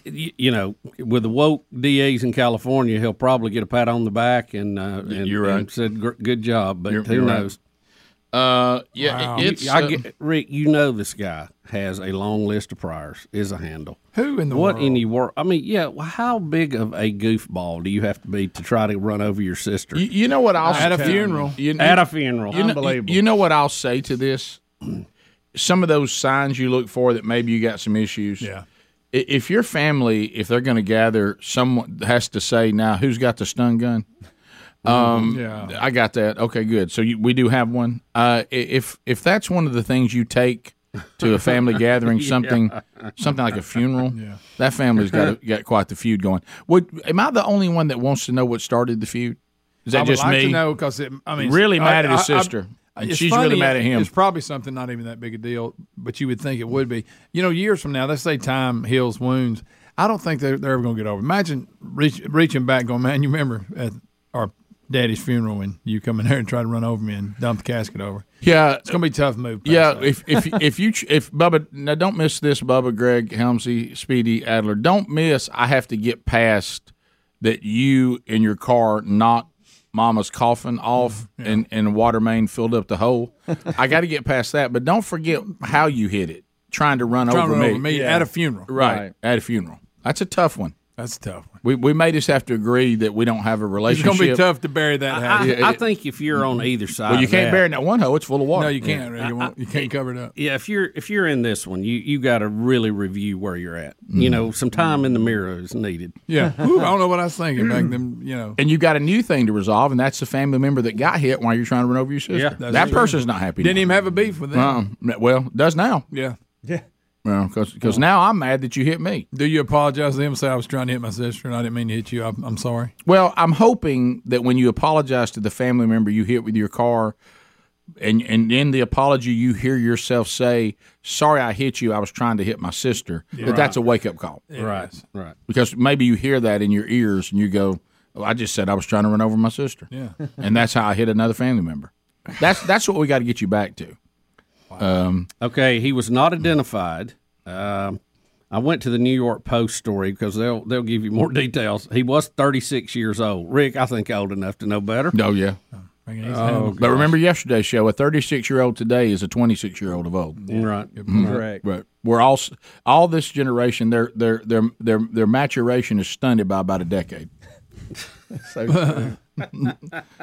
S2: You, you know, with the woke DAs in California, he'll probably get a pat on the back and uh, and,
S1: You're right.
S2: and said "Gr- good job, but who
S1: you're right.
S2: knows?
S1: Uh, yeah, it-
S2: You-
S1: it's
S2: I
S1: uh,
S2: get, Rick. You know this guy has a long list of priors. Is a handle.
S5: Who in the
S2: what
S5: world?
S2: in the world? I mean, yeah. well, How big of a goofball do you have to be to try to run over your sister?
S1: You, you know what I'll
S2: At a
S1: tell you.
S2: funeral.
S1: You-
S2: At a funeral.
S1: You know,
S2: Unbelievable.
S1: You know what I'll say to this? Some of those signs you look for that maybe you got some issues. Yeah. If your family, if they're going to gather, someone has to say now who's got the stun gun. Um,
S5: Mm-hmm. Yeah.
S1: I got that. Okay, good. So you, we do have one. Uh, i- if if that's one of the things you take to a family gathering,
S5: Yeah.
S1: something something like a funeral, that family's got got quite the feud going. Would am I the only one that wants to know what started the feud? Is that
S5: I would
S1: just
S5: like
S1: me?
S5: To know because I mean, uh,
S1: really
S5: I-
S1: mad at his
S5: I- I-
S1: sister,
S5: I-
S1: and
S5: it's
S1: she's
S5: funny,
S1: really mad at him.
S5: It's probably something not even that big a deal, but you would think it would be. You know, years from now, let's say time heals wounds. I don't think they're, they're ever going to get over. it. Imagine reach, reaching back, going, "Man, you remember at our daddy's funeral when you come in there and try to run over me and dump the casket over?"
S1: Yeah,
S5: it's going to be a tough move.
S1: Yeah, if if if you ch- if Bubba now don't miss this Bubba Greg Helmsy Speedy Adler don't miss I have to get past that you in your car knocked Mama's coffin off
S5: Mm-hmm.
S1: and and water main filled up the hole. I got to get past that, but don't forget how you hit it trying to run
S5: Trying to
S1: over
S5: run
S1: me
S5: over me at a funeral.
S1: Right,
S5: Right.
S1: at a funeral. That's a tough one.
S5: That's tough.
S1: We we may just have to agree that we don't have a
S5: It's
S1: relationship.
S5: going to be tough to bury that.
S2: I,
S5: hatchet.
S2: I think if you're on either side,
S1: Well, you
S2: of
S1: can't
S2: that-
S1: bury it in that one hole; it's full of water.
S5: No, you can't. Ray. You, won't, you can't cover it up.
S2: Yeah, if you're if you're in this one, you you got to really review where you're at. You
S1: Mm.
S2: know, some time in the mirror is needed.
S5: Yeah, Whew, I don't know what I was thinking back then. You know,
S1: and you've got a new thing to resolve, and that's the family member that got hit while you're trying to run over your sister.
S5: Yeah,
S1: that person's not happy.
S5: Didn't even have a beef with them.
S1: Um, well, does now.
S5: Yeah. Yeah.
S1: Well, because
S5: Oh.
S1: now I'm mad that you hit me.
S5: Do you apologize to them? and Say I was trying to hit my sister and I didn't mean to hit you. I'm, I'm sorry.
S1: Well, I'm hoping that when you apologize to the family member you hit with your car, and and in the apology you hear yourself say, "Sorry, I hit you. I was trying to hit my sister."
S5: Yeah.
S1: That that's a
S5: Right.
S1: wake up call,
S5: Right.
S2: Right.
S1: Because maybe you hear that in your ears and you go, oh, "I just said I was trying to run over my sister,"
S5: Yeah.
S1: and that's how I hit another family member. That's that's what we got to get you back to. Um,
S2: okay, he was not identified. Um, I went to the New York Post story because they'll they'll give you more details. He was 36 years old. Rick, I think old enough to know better.
S1: Oh yeah.
S2: Oh,
S1: but remember yesterday's show: a 36 year old today is a 26 year old of old.
S2: Right.
S1: Mhm.
S2: Correct.
S1: Right. We're all s- all this generation. Their their their their their maturation is stunted by about a decade.
S3: true.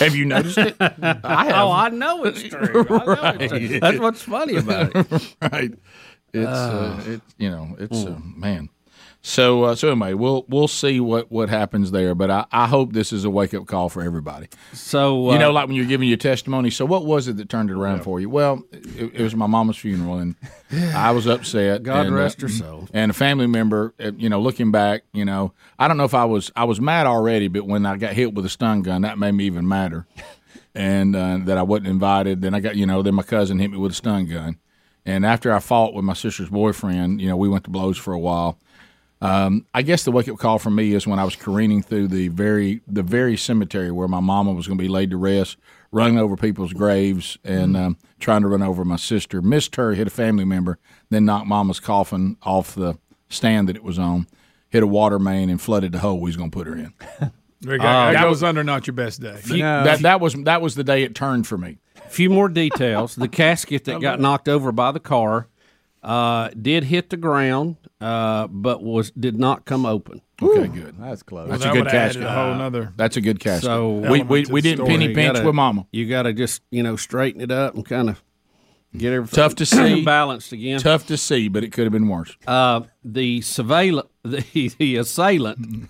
S1: Have you noticed it?
S2: Oh, I know it's true. I know it's true.
S1: Right.
S2: That's what's funny about it.
S1: right. It's uh,
S2: Ah.
S1: it, you know it's uh,
S2: Mm.
S1: man. So uh, so anyway, we'll we'll see what what happens there. But I, I hope this is a wake up call for everybody.
S2: So
S1: you
S2: uh,
S1: know, like when you're giving your testimony. So what was it that turned it around for you? Well, it, it was my mama's funeral, and I was upset.
S2: God
S1: and, uh,
S2: rest her soul.
S1: And a family member, uh, you know, looking back, you know, I don't know if I was I was mad already, but when I got hit with a stun gun, that made me even madder. And uh, that I wasn't invited. Then I got, you know, then my cousin hit me with a stun gun. And after I fought with my sister's boyfriend, you know, we went to blows for a while. Um, I guess the wake up call for me is when I was careening through the very the very cemetery where my mama was going to be laid to rest, running over people's graves and um, trying to run over my sister. Missed her, hit a family member, then knocked mama's coffin off the stand that it was on, hit a water main and flooded the hole we was going to put her in.
S5: Rick,
S1: Uh,
S5: I, that
S1: go-
S5: was under not your best day.
S1: That that was that was the day it turned for me.
S2: few more details. The casket that got knocked over by the car uh, did hit the ground, uh, but was did not come open.
S1: Okay, good.
S6: That's close.
S1: That's a good casket. That's a good casket.
S2: So
S1: we we, we didn't penny pinch with mama.
S2: You got to just you know straighten it up and kind of get everything
S1: Tough to see.
S2: balanced again.
S1: Tough to see, but it could have been worse.
S2: Uh, the surveillant, the, the assailant,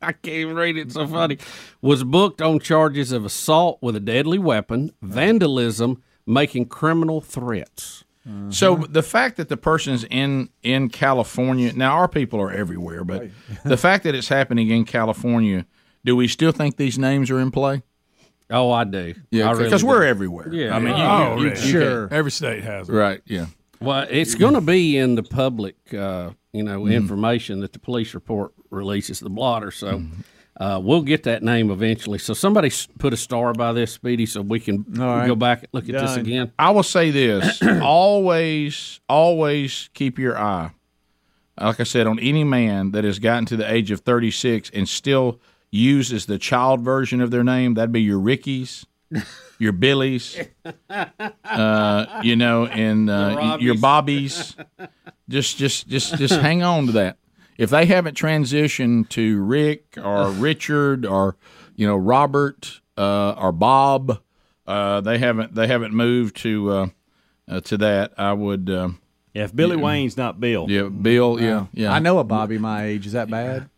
S2: I can't even read it. It's so funny. Was booked on charges of assault with a deadly weapon, vandalism, making criminal threats.
S1: So
S2: Mm-hmm.
S1: the fact that the person's in in California now, our people are everywhere, but the fact that it's happening in California, do we still think these names are in play?
S2: Oh, I do.
S1: Yeah,
S2: I
S1: because
S2: really
S1: we're
S2: do.
S1: everywhere.
S2: Yeah.
S1: I mean, you,
S2: Oh,
S1: you- you-
S2: yeah.
S1: you can-
S2: Sure.
S5: Every state has it.
S1: right. Yeah.
S2: Well, it's going to be in the public, uh, you know, information that the police report releases the blotter. So uh, we'll get that name eventually. So somebody s- put a star by this, Speedy, so we can
S1: right.
S2: go back and look at this
S1: Done.
S2: again.
S1: I will say this: always, always keep your eye, like I said, on any man that has gotten to the age of thirty-six and still uses the child version of their name. That'd be your Rickies, your Billies, uh, you know, and uh, your Bobbies. Just, just, just, just hang on to that. If they haven't transitioned to Rick or Richard or you know Robert uh, or Bob, uh, they haven't they haven't moved to uh, uh, to that. I would. Uh,
S8: yeah, if Billy Wayne's not Bill.
S1: Yeah, Bill. Yeah,
S6: Wow.
S1: yeah.
S6: I know a Bobby my age. Is that bad?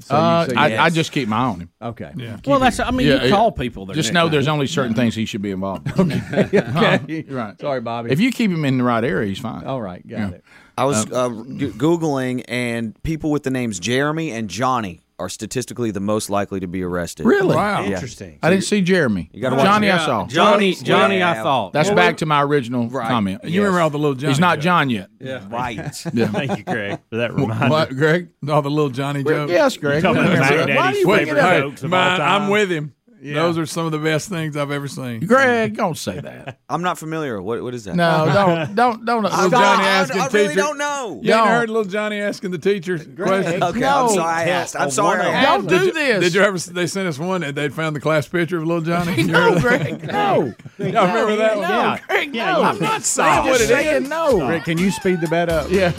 S6: So you
S1: uh,
S6: say
S1: I,
S6: yes.
S1: I just keep my eye on him.
S6: Okay. Yeah.
S2: Well, that's, I mean,
S1: Yeah,
S2: you
S1: yeah.
S2: call people their
S1: Just know
S2: nickname.
S1: there's only certain things he should be involved. In.
S6: okay.
S1: right.
S6: Sorry, Bobby.
S1: If you keep him in the right area, he's fine.
S6: All right, got it.
S15: I was uh, g- Googling, and people with the names Jeremy and Johnny are statistically the most likely to be arrested.
S1: Really?
S15: Yeah.
S1: I didn't see Jeremy.
S15: You gotta watch
S1: Johnny,
S15: it.
S1: I saw.
S15: Johnny- Johnny, I thought.
S1: That's
S15: Well,
S1: back
S15: we-
S1: to my original comment.
S5: You remember all the little Johnny
S1: He's not
S5: jokes.
S1: John yet.
S2: Yeah.
S15: Right.
S1: Yeah.
S8: Thank you, Greg, for that reminder.
S1: What, Greg?
S5: All the little Johnny jokes.
S1: yes, Greg. Talking about Mac Daddy's Why do you bring favorite it up? jokes of all
S5: Mine- I'm
S1: time.
S5: with him.
S1: Yeah.
S5: Those are some of the best things I've ever seen.
S1: Greg, don't say that.
S15: I'm not familiar. What What is that?
S1: No, don't, don't, don't.
S5: Little
S1: Stop.
S5: Johnny asking
S15: I
S5: teacher.
S15: really don't know.
S5: You ain't
S15: Don't.
S5: heard little Johnny asking the teacher questions.
S15: Okay, I'm No. sorry I asked. I'm sorry I asked. Don't
S5: Did
S15: do
S5: you-
S15: this.
S5: Did you ever? They sent us one and they found the class picture of little Johnny.
S3: No,
S5: You heard
S3: Greg,
S5: that?
S3: no.
S5: Y'all remember that one?
S3: No, Greg, no. I'm not
S5: That's
S3: sorry.
S5: what it is.
S6: No. Rick, can you speed the bet up?
S1: Yeah.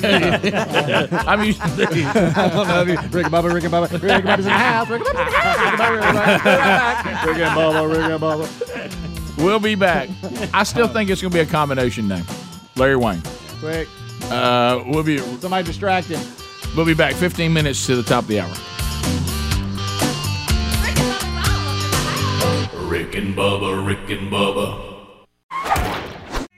S3: I'm
S1: used to these.
S6: I love you. Rick and Bubba, Rick and Bubba. Rick and Bubba's in the house. Rick and Bubba's in the house. Rick and Bubba, Rick and Bubba.
S1: We'll be back. I still think it's going to be a combination name. Larry Wayne.
S6: Quick.
S1: Uh, we'll be
S6: somebody distract him.
S1: We'll be back 15 minutes to the top of the hour.
S4: Rick and Bubba, Rick and Bubba.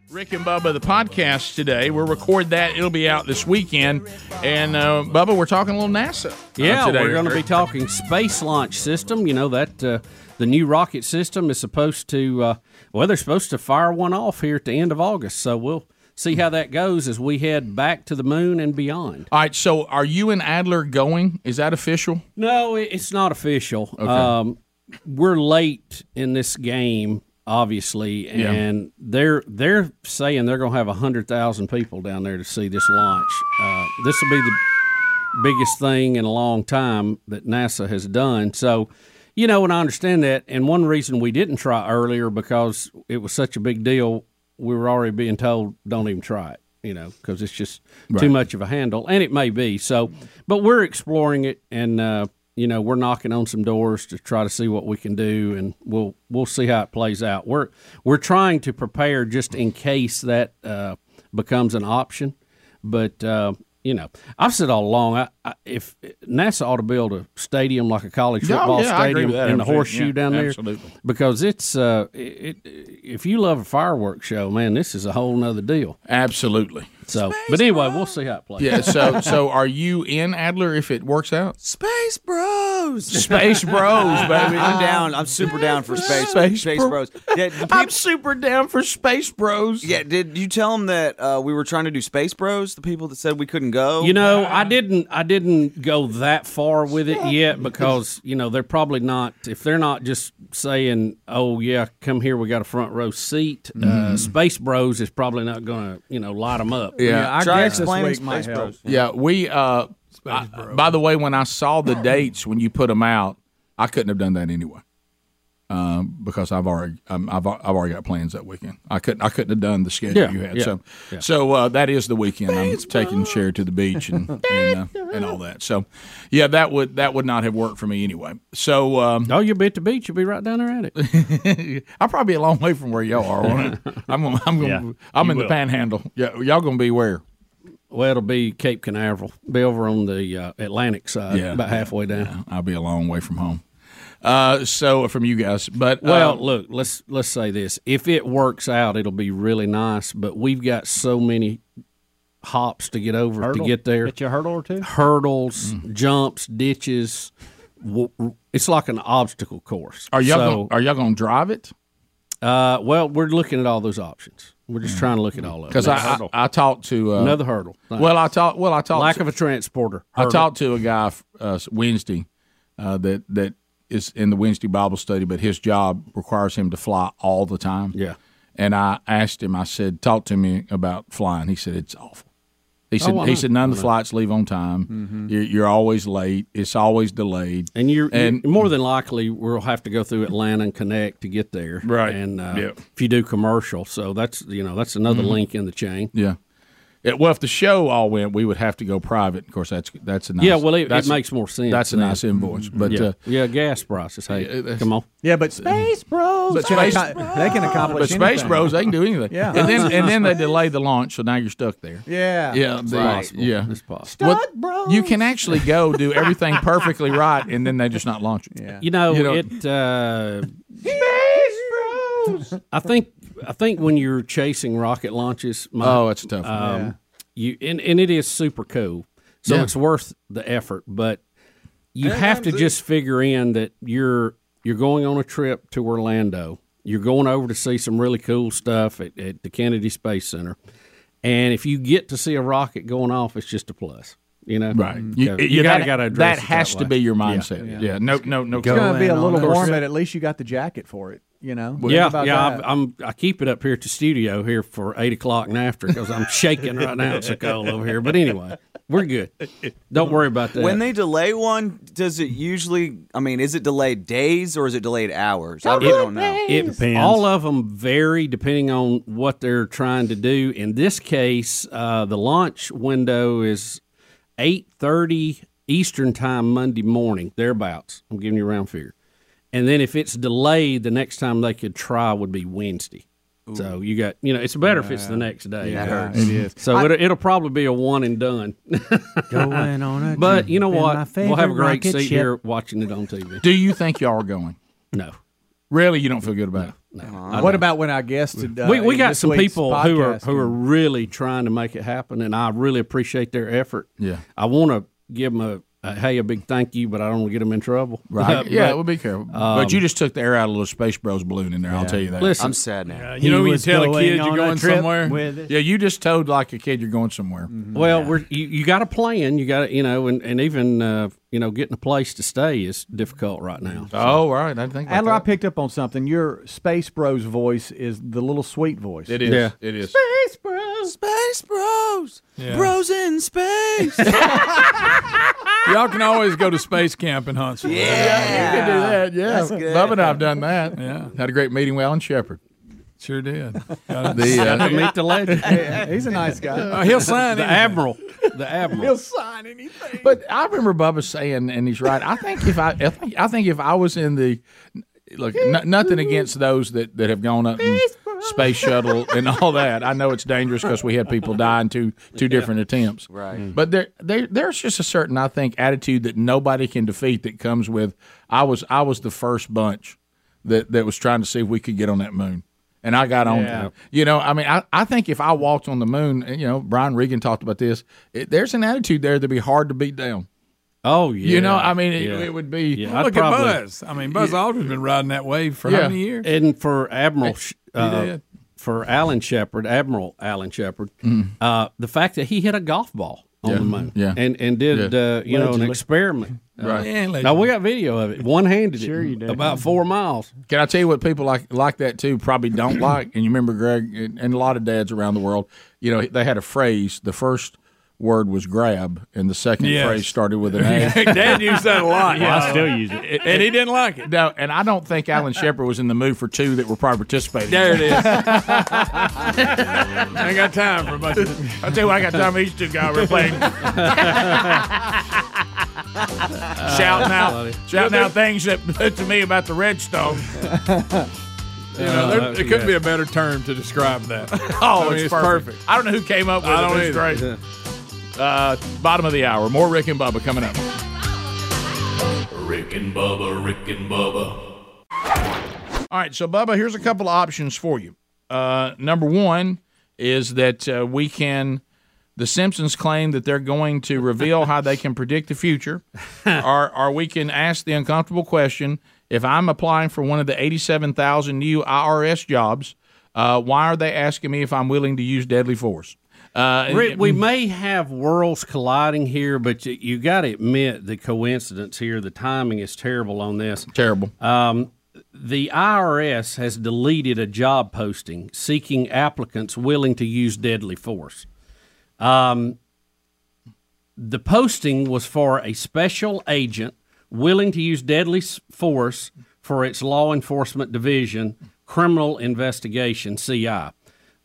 S1: Rick and Bubba, the podcast today. We'll record that. It'll be out this weekend. And uh, Bubba, we're talking a little NASA. uh,
S2: Yeah,
S1: today.
S2: we're going to be talking space launch system. You know that uh, the new rocket system is supposed to uh, well, they're supposed to fire one off here at the end of August. So we'll see how that goes as we head back to the moon and beyond.
S1: All right. So, are you and Adler going? Is that official?
S2: No, it- it's not official.
S1: Okay.
S2: Um, we're late in this game, obviously,
S1: Yeah.
S2: and they're they're saying they're going to have hundred thousand people down there to see this launch. Uh, this will be the biggest thing in a long time that NASA has done. So, you know, and I understand that. And one reason we didn't try earlier because it was such a big deal, we were already being told don't even try it. You know, because it's just too
S1: Right.
S2: much of a handle, and it may be so. But we're exploring it, and uh, you know, we're knocking on some doors to try to see what we can do, and we'll we'll see how it plays out. We're we're trying to prepare just in case that uh, becomes an option. But uh, you know, I've said all along, I, I, if NASA ought to build a stadium like a college
S1: Yeah,
S2: football
S1: Oh, yeah, I agree
S2: stadium
S1: with that.
S2: in the
S1: Absolutely.
S2: horseshoe
S1: Yeah,
S2: down there,
S1: absolutely.
S2: because it's uh, it, it, if you love a fireworks show, man, this is a whole nother deal.
S1: Absolutely.
S2: So, but anyway, we'll see how it plays.
S1: Yeah. So, so are you in Adler if it works out?
S15: Space Bros.
S1: Space Bros, baby.
S15: I'm down. I'm super down for Space,
S1: Space
S15: space,
S1: Bro-
S15: Bros. Yeah, the peop-
S1: I'm super down for Space Bros.
S15: yeah, did you tell them that uh, we were trying to do Space Bros? The people that said we couldn't go?
S2: You know, I didn't I didn't go that far with it yet because, you know, they're probably not if they're not just saying, "Oh yeah, come here, we got a front row seat." Uh,
S1: Mhm.
S2: Space Bros is probably not going to, you know, light them up.
S1: Yeah, we. Uh, I- by the way, when I saw the dates when you put them out, I couldn't have done that anyway, um, because I've already um, I've, I've already got plans that weekend. I couldn't I couldn't have done the schedule
S2: Yeah,
S1: you had.
S2: yeah,
S1: so
S2: yeah.
S1: so uh, that is the weekend I'm taking Sherry to the beach and and, uh, and all that. So yeah, that would that would not have worked for me anyway. So um,
S2: oh, you'll be at the beach. You'll be right down there at
S1: it. I'll probably be a long way from where y'all are. won't I? I'm gonna, I'm gonna,
S2: Yeah,
S1: I'm
S2: you
S1: in
S2: will.
S1: the panhandle. Yeah, y'all gonna be where?
S2: Well, it'll be Cape Canaveral. Be over on the uh, Atlantic side,
S1: Yeah.
S2: about halfway down.
S1: I'll be a long way from home. Uh, so from you guys, but uh,
S2: Well, look, let's let's say this. If it works out, it'll be really nice, but we've got so many hops to get over
S8: Hurdle?
S2: to get there.
S8: Get you a hurdle or two?
S2: Hurdles,
S1: Mm-hmm.
S2: jumps, ditches. W- w- It's like an obstacle course.
S1: Are y'all gonna- are y'all going to drive it?
S2: Uh, well, we're looking at all those options. We're just trying to look at all of them.
S1: because I, Mm-hmm. I I talked to uh,
S2: Another hurdle.
S1: Well, I talked. Well, I talked.
S2: Lack
S1: to-
S2: of a transporter.
S1: I
S2: Hurdle.
S1: talked to a guy f- uh, Wednesday uh, that that is in the Wednesday Bible study, but his job requires him to fly all the time. Yeah. And I asked him. I said, "Talk to me about flying." He said, "It's awful." He
S2: Oh,
S1: said,
S2: I
S1: "He
S2: know.
S1: said none of the
S2: I know. Mm-hmm.
S1: flights leave on time. You're, you're always late. It's always delayed."
S2: And you're
S1: And-
S2: and more than likely we'll have to go through Atlanta and connect to get there. Right. And uh,
S1: Yep.
S2: if you do commercial, so that's you know that's another
S1: Mhm.
S2: link in the chain.
S1: Yeah. Yeah, well, if the show all went, we would have to go private. Of course, that's that's a nice.
S2: yeah, well, it, it
S1: that's-
S2: makes more sense.
S1: That's a
S2: then.
S1: nice invoice, but
S2: yeah,
S1: uh,
S2: yeah gas prices. Hey,
S1: that's-
S2: come on.
S6: Yeah, but Space Bros.
S1: But
S6: can
S1: Space-
S6: acco- they can accomplish
S1: But Space
S6: anything.
S1: Bros, they can do anything.
S6: Yeah.
S1: and then and then they delay the launch, so now you're stuck there.
S6: Yeah.
S1: yeah,
S6: It's
S1: the-
S6: possible.
S1: yeah.
S2: It's possible.
S1: Stuck, bro. You can actually go do everything perfectly right, and then they just not launch it. Yeah,
S2: You know, it. Uh, I think I think when you're chasing rocket launches, Mike,
S1: Oh, that's tough.
S2: Um,
S1: Yeah.
S2: You and, and it is super cool, so
S1: Yeah.
S2: it's worth the effort. But you
S1: And
S2: have to
S1: I'm-
S2: just figure in that you're you're going on a trip to Orlando. You're going over to see some really cool stuff at, at the Kennedy Space Center, and if you get to see a rocket going off, it's just a plus. You know, Mm-hmm.
S1: Right. You,
S2: You,
S1: you
S2: gotta
S1: that-
S2: gotta address
S1: that
S2: it
S1: has to
S2: way.
S1: be your
S2: Mm. Yeah.
S1: mindset. Yeah, no, no, no.
S6: It's going to be a little
S1: Of course.
S6: warm, but at least you got the jacket for it. You know. Think
S2: yeah,
S6: about
S2: yeah.
S6: that.
S2: I've, I'm I keep it up here at the studio here for eight o'clock and after because I'm shaking right now. It's a cold over here, but anyway, we're good. Don't worry about that.
S15: When they delay one, does it usually? I mean, is it delayed days or is it delayed hours? I really don't know.
S2: It All of them vary depending on what they're trying to do. In this case, uh, the launch window is eight thirty Eastern time Monday morning, thereabouts. I'm giving you a round figure. And then if it's delayed, the next time they could try would be Wednesday. So you got you know it's better if it's the
S6: Yeah.
S2: next day.
S6: Yeah, That hurts. it is.
S2: So
S6: I-
S2: it'll, it'll probably be a one and done.
S6: Going on a
S2: but
S6: trip
S2: you know
S6: in my
S2: what? We'll have a
S6: favorite
S2: great
S6: rocket
S2: seat
S6: ship.
S2: here watching it on TV.
S1: Do you think y'all are going?
S2: No.
S1: Really, you don't feel good about it.
S2: I
S6: what
S2: know.
S6: about when I guessed? Uh,
S2: we we
S6: in
S2: got
S6: this
S2: some
S6: week's
S2: people who are
S6: podcast?
S2: who are really trying to make it happen, and I really appreciate their effort.
S1: Yeah.
S2: I want to give them a, a hey a big thank you, but I don't want to get them in trouble. Uh,
S1: Right. Yeah,
S2: But,
S1: we'll be careful.
S2: um,
S1: but you just took the air out of a little Space Bros balloon in there. I'll
S2: Yeah.
S1: tell you that.
S2: Listen, I'm sad now.
S1: Yeah,
S2: He
S1: you know when you
S2: was
S1: tell a
S2: going
S1: kid
S2: on
S1: you're
S2: a
S1: going
S2: trip
S1: somewhere.
S2: with it.
S1: Yeah, you just told like a kid you're going somewhere.
S2: Well, we're, you, you got a plan. You got to, you know, and, and even, uh, you know, getting a place to stay is difficult right now.
S1: Oh, right. I didn't think about
S6: Adler, I
S2: that.
S6: picked up on something. Your Space Bros voice is the little sweet voice.
S1: It is.
S2: Yeah.
S1: It is.
S3: Space Bros. Space Bros.
S5: Yeah.
S3: Bros in space.
S5: Y'all can always go to space camp in Huntsville.
S1: Yeah, you can do that. Yeah,
S5: That's good.
S1: Bubba and I've done that. Yeah, had a great meeting with Alan Shepard.
S5: Sure did.
S1: The, uh, Meet the legend.
S6: He's a nice guy.
S5: Uh, he'll sign
S1: The
S5: anything.
S1: Admiral. The Admiral.
S6: He'll sign anything.
S1: But I remember Bubba saying, and he's right. I think if I, I think, I think if I was in the look, n- nothing against those that that have gone up in space shuttle and all that. I know it's dangerous because we had people die in two two different attempts. Mm-hmm.
S15: Right.
S1: But there, there, there's just a certain, I think, attitude that nobody can defeat that comes with. I was, I was the first bunch that that was trying to see if we could get on that moon, and I got on.
S5: Yeah.
S1: You know, I mean, I, I think if I walked on the moon, and, you know, Brian Regan talked about this. It, there's an attitude there that'd be hard to beat down.
S2: Oh
S1: You know, I mean, it, it would be.
S5: Look at Buzz. I mean, Buzz Aldrin's been riding that wave for how many years?
S2: And for Admiral,
S5: He
S2: Sh- uh,
S5: did.
S2: for Alan Shepard, Admiral Alan Shepard, uh, the fact that he hit a golf ball on
S1: Mm-hmm. Yeah.
S2: the moon,
S1: Yeah.
S2: and and did
S1: Yeah.
S2: uh, you know an
S1: Allegedly.
S2: experiment, Uh,
S1: Right. Yeah,
S2: now we got video of it, one handed. Sure, you
S1: did.
S2: About four miles.
S1: Can I tell you what people like like that too probably don't like? And you remember Greg and and a lot of dads around the world. You know, they had a phrase. The first word was grab, and the second
S5: Yes.
S1: phrase started with an A.
S5: Dad used that a lot.
S1: Yeah, I still
S5: use it. And he didn't like it.
S1: No, and I don't think Alan Shepard was in the mood for two that were probably participating.
S5: There it is. I ain't got time for much. I tell you what, I got time for each two guys we're playing.
S1: shouting out,
S5: Funny.
S1: shouting out things that to me about the redstone.
S5: You know, there,
S1: Uh,
S5: there couldn't
S1: yeah.
S5: be a better term to describe that.
S1: Oh,
S5: I mean,
S1: it's, perfect. I don't know who came up with
S5: I don't
S1: it. but It's
S5: either.
S1: great. Uh, bottom of the hour. More Rick and Bubba coming up.
S4: Rick and Bubba, Rick and Bubba,
S1: All right, so Bubba, here's a couple of options for you. Uh, number one is that uh, we can. The Simpsons claim that they're going to reveal how they can predict the future, or, or we can ask the uncomfortable question: If I'm applying for one of the 87,000 new IRS jobs, uh, why are they asking me if I'm willing to use deadly force? Uh,
S2: Rick, we may have worlds colliding here, but you, you got to admit the coincidence here. The timing is terrible on this.
S1: Terrible.
S2: Um, the IRS has deleted a job posting seeking applicants willing to use deadly force. Um, the posting was for a special agent willing to use deadly s- force for its law enforcement division, criminal investigation, CI.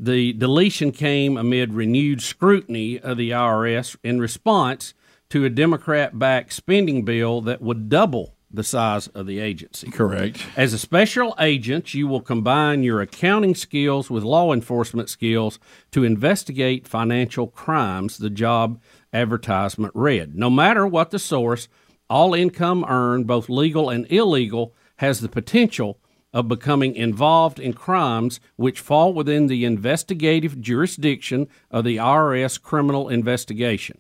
S2: The deletion came amid renewed scrutiny of the IRS in response to a Democrat backed spending bill that would double the size of the agency.
S1: Correct.
S2: As a special agent, you will combine your accounting skills with law enforcement skills to investigate financial crimes, the job advertisement read. No matter what the source, all income earned, both legal and illegal, has the potential of becoming involved in crimes which fall within the investigative jurisdiction of the IRS criminal investigation.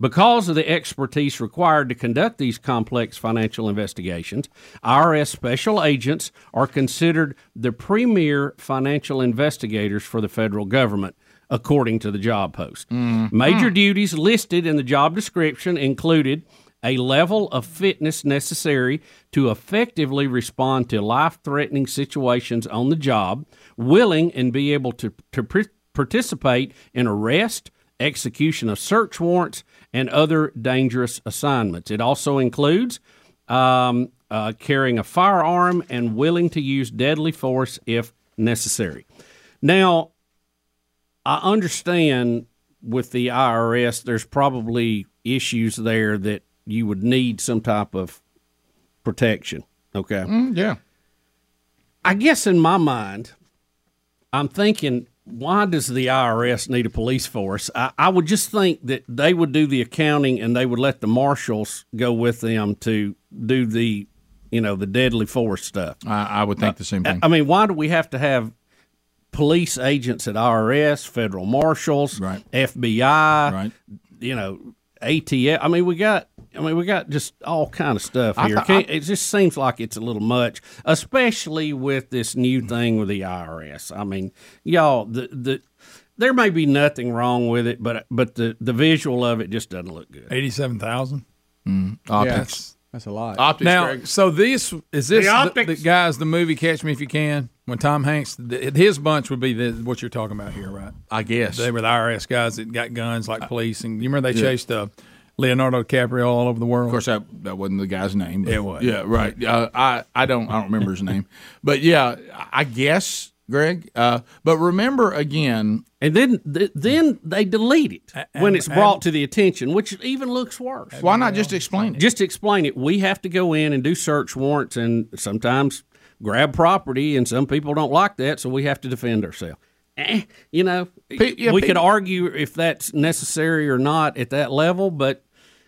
S2: Because of the expertise required to conduct these complex financial investigations, IRS special agents are considered the premier financial investigators for the federal government, according to the job post. Major duties listed in the job description included a level of fitness necessary to effectively respond to life threatening situations on the job, willing and be able to, to pr- participate in arrest, execution of search warrants, and other dangerous assignments. It also includes um, uh, carrying a firearm and willing to use deadly force if necessary. Now, I understand with the IRS, there's probably issues there that you would need some type of protection. Okay.
S1: yeah.
S2: I guess in my mind, I'm thinking, why does the IRS need a police force? I, I would just think that they would do the accounting and they would let the marshals go with them to do the you know, the deadly force stuff.
S1: I, I would think the same thing.
S2: I mean, why do we have to have police agents at IRS, federal marshals, FBI, you know, ATF? I mean, we got. I mean, we got just all kind of stuff
S1: I
S2: here.
S1: thought-
S2: Can't- it just seems like it's a little much, especially with this new thing with the IRS. I mean, y'all, the the there may be nothing wrong with it, but but the the visual of it just doesn't look good.
S5: Eighty-seven thousand.
S2: Optics.
S6: that's a lot.
S1: Optics,
S5: now,
S1: Greg.
S5: so this is this
S1: The
S5: the, the guys the movie Catch Me If You Can when Tom Hanks th his bunch would be the, what you're talking about here, right?
S1: I guess
S5: they were the IRS guys that got guns like police, and you remember they
S1: Yeah.
S5: chased uh, Leonardo DiCaprio all over the world. Of
S1: course, that that wasn't the guy's name.
S5: It was.
S1: Yeah, right. Uh, I I don't I don't remember his name, but yeah, I guess Greg. Uh, but remember again,
S2: and then then they delete it when it's brought to the attention, which even looks worse.
S1: Why not just explain it?
S2: Just explain it. We have to go in and do search warrants and sometimes grab property, and some people don't like that, so we have to defend ourselves. Eh, you know,
S1: Pe- yeah,
S2: we
S1: pe-
S2: could argue if that's necessary or not at that level, but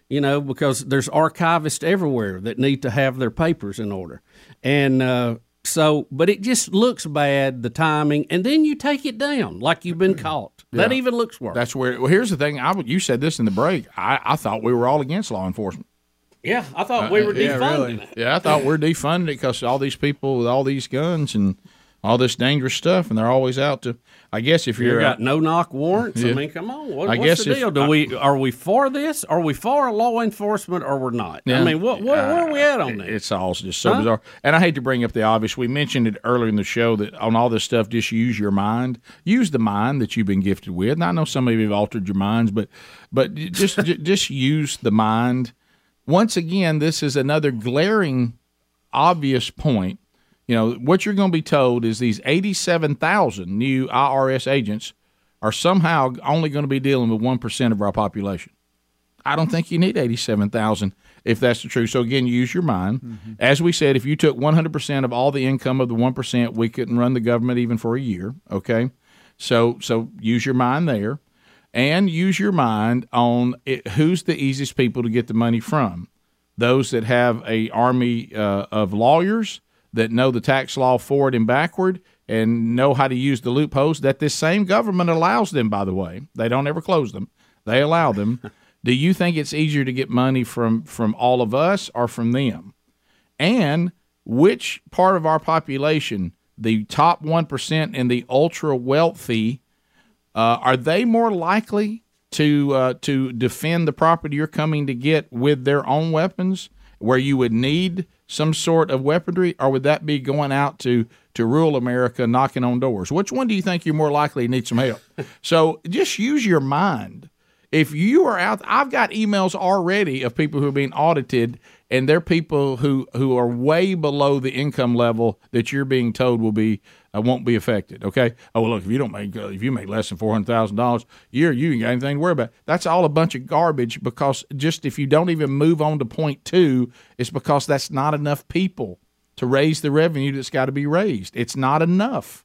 S2: you know, because there's archivists everywhere that need to have their papers in order, and uh, so, but it just looks bad the timing, and then you take it down like you've been caught. That
S1: Mm-hmm. Yeah.
S2: even looks worse.
S1: That's where. Well, here's the thing. I would. You said this in the break. I, I thought we were all against law enforcement.
S2: Yeah, I thought
S1: Uh,
S2: we were
S1: yeah,
S2: defunding
S1: really.
S2: it.
S1: Yeah, I thought we're defunding it because all these people with all these guns and all this dangerous stuff, and they're always out to. I guess if
S2: You
S1: you're
S2: got no knock warrants. I
S1: Yeah.
S2: mean, come on. What,
S1: I
S2: what's
S1: guess
S2: the
S1: if-
S2: deal? Do
S1: I-
S2: we are we for this? Are we for law enforcement or we're not? I
S1: Yeah. Uh,
S2: mean, what, what where are we at on that?
S1: It's all just so
S2: Huh?
S1: bizarre. And I hate to bring up the obvious. We mentioned it earlier in the show that on all this stuff, just use your mind. Use the mind that you've been gifted with. And I know some of you have altered your minds, but but just ju- just use the mind. Once again, this is another glaring, obvious point. You know what you're going to be told is these 87,000 new IRS agents are somehow only going to be dealing with one percent of our population. I don't think you need 87,000 if that's the truth. So again, use your mind. As we said, if you took 100% of all the income of the 1%, we couldn't run the government even for a year, okay? So so use your mind there and use your mind on it, who's the easiest people to get the money from. Those that have a army uh, of lawyers that know the tax law forward and backward and know how to use the loopholes that this same government allows them by the way. They don't ever close them. They allow them. Do you think it's easier to get money from from all of us or from them? And which part of our population, the top one percent and the ultra wealthy, uh, are they more likely to uh, to defend the property you're coming to get with their own weapons, where you would need some sort of weaponry, or would that be going out to to rural America knocking on doors? Which one do you think you're more likely to need some help? so just use your mind. If you are out, I've got emails already of people who are being audited, and they're people who who are way below the income level that you're being told will be uh, won't be affected. Okay. Oh well, look if you don't make uh, if you make less than four hundred thousand dollars a year, you ain't got anything to worry about. That's all a bunch of garbage because just if you don't even move on to point two, it's because that's not enough people to raise the revenue that's got to be raised. It's not enough.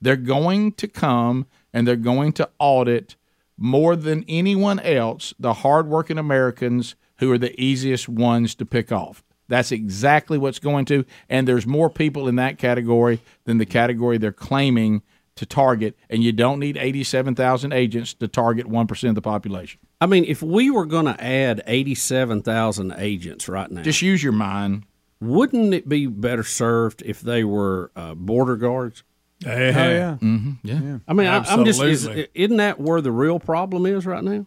S1: They're going to come and they're going to audit more than anyone else the hardworking Americans who are the easiest ones to pick off. That's exactly what's going to, and there's more people in that category than the category they're claiming to target. And you don't need 87,000 agents to target 1% of the population.
S2: I mean, if we were going to add 87,000 agents right now,
S1: just use your mind.
S2: Wouldn't it be better served if they were uh, border guards?
S5: Yeah. Oh, yeah.
S1: Mhm. Yeah.
S2: I mean, I, I'm just is,
S1: Absolutely.
S2: isn't that where the real problem is right now?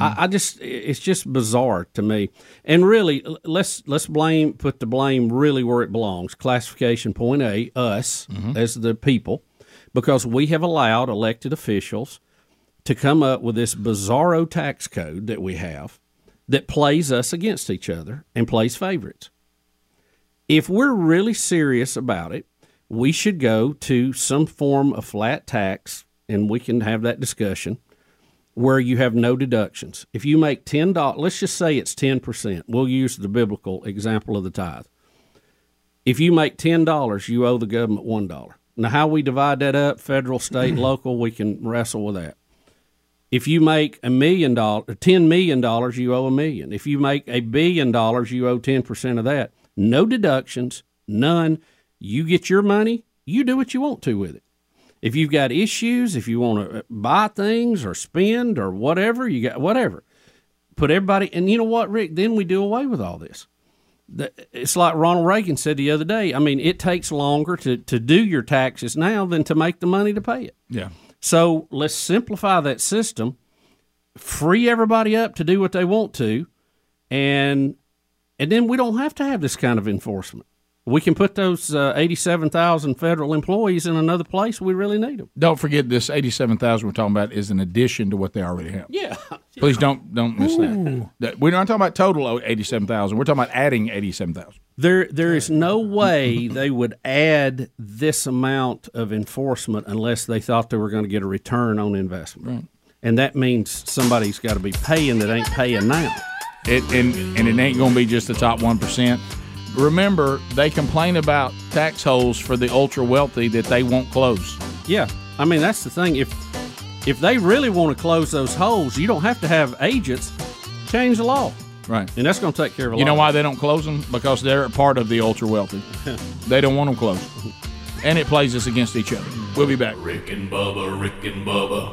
S2: I, I just it's just bizarre to me. And really, l- let's let's blame put the blame really where it belongs. Classification point A, us as the people, because we have allowed elected officials to come up with this bizarro tax code that we have that plays us against each other and plays favorites if we're really serious about it, we should go to some form of flat tax, and we can have that discussion where you have no deductions. If you make ten dollars, let's just say it's ten percent. We'll use the biblical example of the tithe. If you make ten dollars, you owe the government one dollar. Now, how we divide that up, federal, state, local, we can wrestle with that. If you make a million dollars, ten million dollars, you owe a million. If you make a billion dollars, you owe ten percent of that. no deductions, none. You get your money, you do what you want to with it. If you've got issues, if you want to buy things or spend or whatever, you got whatever. Put everybody, and you know what, Rick? Then we do away with all this. The- It's like Ronald Reagan said the other day. I mean, it takes longer to, to do your taxes now than to make the money to pay it.
S5: Yeah.
S2: So let's simplify that system, free everybody up to do what they want to, and and then we don't have to have this kind of enforcement. We can put those uh, eighty-seven thousand federal employees in another place. We really need them.
S1: Don't forget this eighty-seven thousand we're talking about is an addition to what they already have.
S2: Yeah.
S1: Please don't don't miss
S2: Ooh.
S1: that. that. We're not talking about total eighty-seven thousand. We're talking about adding eighty-seven thousand.
S2: There, there is no way they would add this amount of enforcement unless they thought they were going to get a return on investment,
S1: Right.
S2: and that means somebody's got to be paying that ain't paying now.
S1: It and and it ain't going to be just the top one percent. Remember, they complain about tax holes for the ultra wealthy that they won't close.
S2: Yeah, I mean that's the thing. If if they really want to close those holes, you don't have to have agents change the law.
S1: Right.
S2: And that's going to take care of a
S1: You
S2: lot.
S1: know why they don't close them? Because they're a part of the ultra wealthy. they don't want them closed, and it plays us against each other. We'll be back.
S4: Rick and Bubba, Rick and Bubba.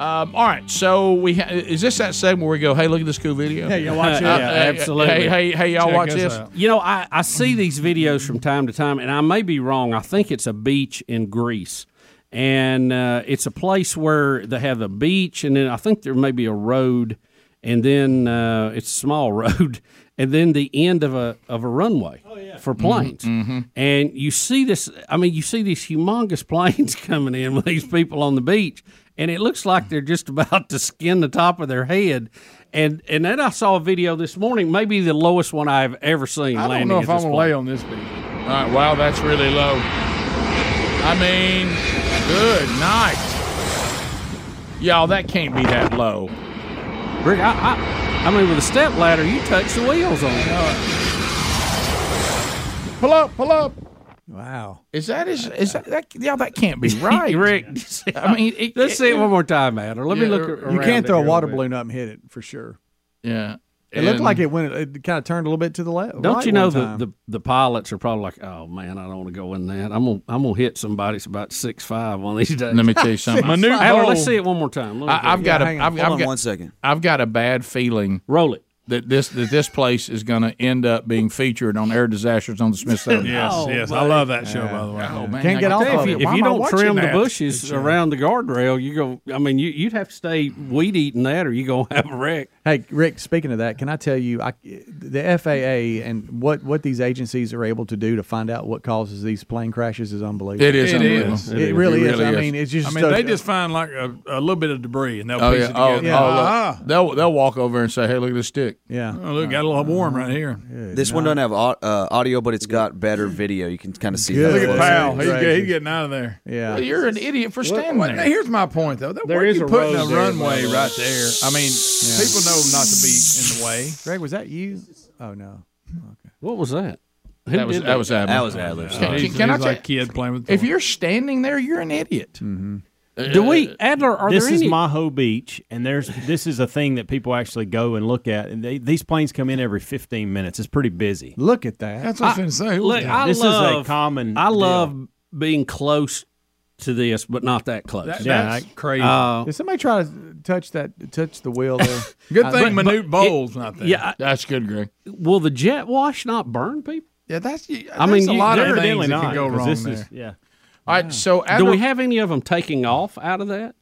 S1: Um, all right, so we ha- is this that segment where we go, hey, look at this cool video?
S2: Hey, y'all watch it?
S1: Uh,
S2: Yeah,
S1: uh,
S2: absolutely.
S1: Hey, hey, hey, y'all watch this.
S2: You know, I, I see these videos from time to time, and I may be wrong. I think it's a beach in Greece, and uh, it's a place where they have a beach, and then I think there may be a road, and then uh, it's a small road, and then the end of a of a runway for planes. And you see this. I mean, you see these humongous planes coming in with these people on the beach, and it looks like they're just about to skin the top of their head. And and then I saw a video this morning, maybe the lowest one I've ever seen.
S5: I don't
S2: landing
S5: know
S2: at
S5: if I'm
S2: this
S5: gonna
S2: plane.
S5: lay on this beach.
S1: All right, wow, that's really low. I mean, good night. Y'all, that can't be that low.
S2: Rick, I, I, I mean, with a step ladder, you touch the wheels on it.
S1: Pull up, pull up.
S6: Wow.
S1: Is that is is that, that y'all that can't be right,
S2: Rick?
S1: I mean, it,
S2: Let's see it one more time, Adler. Let me
S1: Yeah,
S2: look.
S1: or-
S2: ar-
S6: You
S2: around
S6: can't
S2: it
S6: throw a
S2: here
S6: water
S2: bit.
S6: balloon up and hit it for sure.
S1: Yeah.
S6: It looked
S2: And-
S6: like it went. It kind of turned a little bit to the left.
S2: Don't
S6: right
S2: you know
S6: one
S2: the,
S6: time.
S2: the the pilots are probably like, oh man, I don't want to go in that. I'm gonna I'm gonna hit somebody that's about six five one of these days.
S1: Let me tell you something. Manute
S2: Adler,
S1: Bol-
S2: let's see it one more time. Let me
S1: I, I've
S2: see it.
S1: got a, I've, I've got, I've got a bad feeling.
S2: Roll it.
S1: That this that this place is going to end up being featured on Air Disasters on the Smithsonian.
S5: Yes, Oh, yes. I buddy. love that show, by the way.
S1: Oh man,
S2: Can't
S1: I
S2: get
S1: gotta
S2: off
S1: tell
S2: of
S1: you,
S2: it.
S1: why
S2: If you
S1: am I
S2: don't
S1: watching
S2: trim the
S1: that?
S2: bushes around the guardrail, you go. I mean, you you'd have to stay weed eating that, or you gonna have a wreck.
S6: Hey, Rick. Speaking of that, can I tell you, I, the FAA and what what these agencies are able to do to find out what causes these plane crashes is unbelievable.
S1: It is It unbelievable.
S5: is.
S6: It, really is. I mean, it's just.
S5: I mean,
S6: so-
S5: they just find like a, a little bit of debris and they'll
S1: Oh
S5: piece
S1: yeah,
S5: it
S1: oh,
S5: together.
S1: oh, look.
S5: Ah.
S1: they'll they'll walk over and say, "Hey, look at this stick."
S6: Yeah,
S5: Oh, look, got a little warm right here.
S15: This one doesn't have au- uh, audio, but it's got better video. You can kind of see.
S5: Good.
S15: how
S5: Look at
S15: close
S5: Powell.
S15: it
S5: He's,
S15: is.
S5: get- he's getting out of there.
S15: Yeah.
S1: Well, you're an idiot for standing
S5: Well,
S1: there.
S5: now, Here's my point, though. That,
S1: There
S5: where
S1: is
S5: you
S1: a
S5: putting a
S1: road there,
S5: runway
S1: by the way.
S5: right there. I mean,
S1: Yeah.
S5: people know not to be in the way.
S6: Greg, was that you? Oh no.
S2: What was that? Who
S1: That was
S2: did
S1: that was Adler.
S5: He's-
S1: Can,
S5: he's
S1: can I
S5: like
S1: tell-
S5: kid playing with
S1: If you're standing there, you're an idiot.
S2: Do
S1: uh,
S2: we, Adler? Are
S8: this
S2: there
S8: is
S2: any?
S8: Maho Beach, and there's this is a thing that people actually go and look at. And they, these planes come in every 15 minutes. It's pretty busy.
S6: Look at that.
S5: That's what I was going to say.
S2: Look, I
S8: this
S2: love,
S8: is a common.
S2: I
S8: deal.
S2: love being close to this, but not that close.
S8: That- Yeah, that's I- crazy.
S2: Uh,
S6: Did somebody try to touch that? Touch the wheel there.
S2: I-
S6: I-
S2: but- but it- Yeah,
S1: that's good, Greg.
S2: Will the jet wash not burn people?
S1: Yeah, that's.
S2: I mean,
S1: there's a
S2: you-
S1: lot of
S2: there-
S1: things
S2: evidently
S1: that
S2: not,
S1: can go
S2: 'cause
S1: wrong
S2: this
S1: there.
S2: is- yeah.
S1: All right, so
S2: Do
S1: Adler-
S2: we have any of them taking off out of that?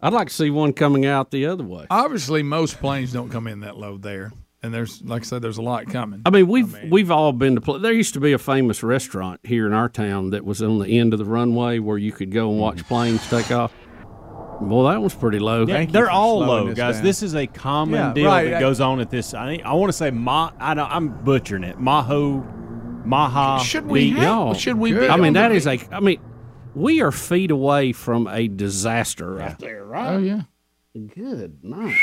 S2: I'd like to see one coming out the other way.
S5: Obviously, most planes don't come in that low there. And there's, like I said, there's a lot coming.
S2: I mean, we've we've all been to. Pl- there used to be a famous restaurant here in our town that was on the end of the runway where you could go and watch planes take off. Well, that was pretty low.
S8: Yeah, they're all low, guys. This is a common
S2: Yeah,
S8: deal
S2: right.
S8: that
S2: I-
S8: goes on at this. I, I want to say ma. I don't, I'm butchering it. Maho, Maha. Beach.
S2: No. I mean, that is a. I mean, we are feet away from a disaster right there, right?
S1: Oh yeah.
S2: Good night.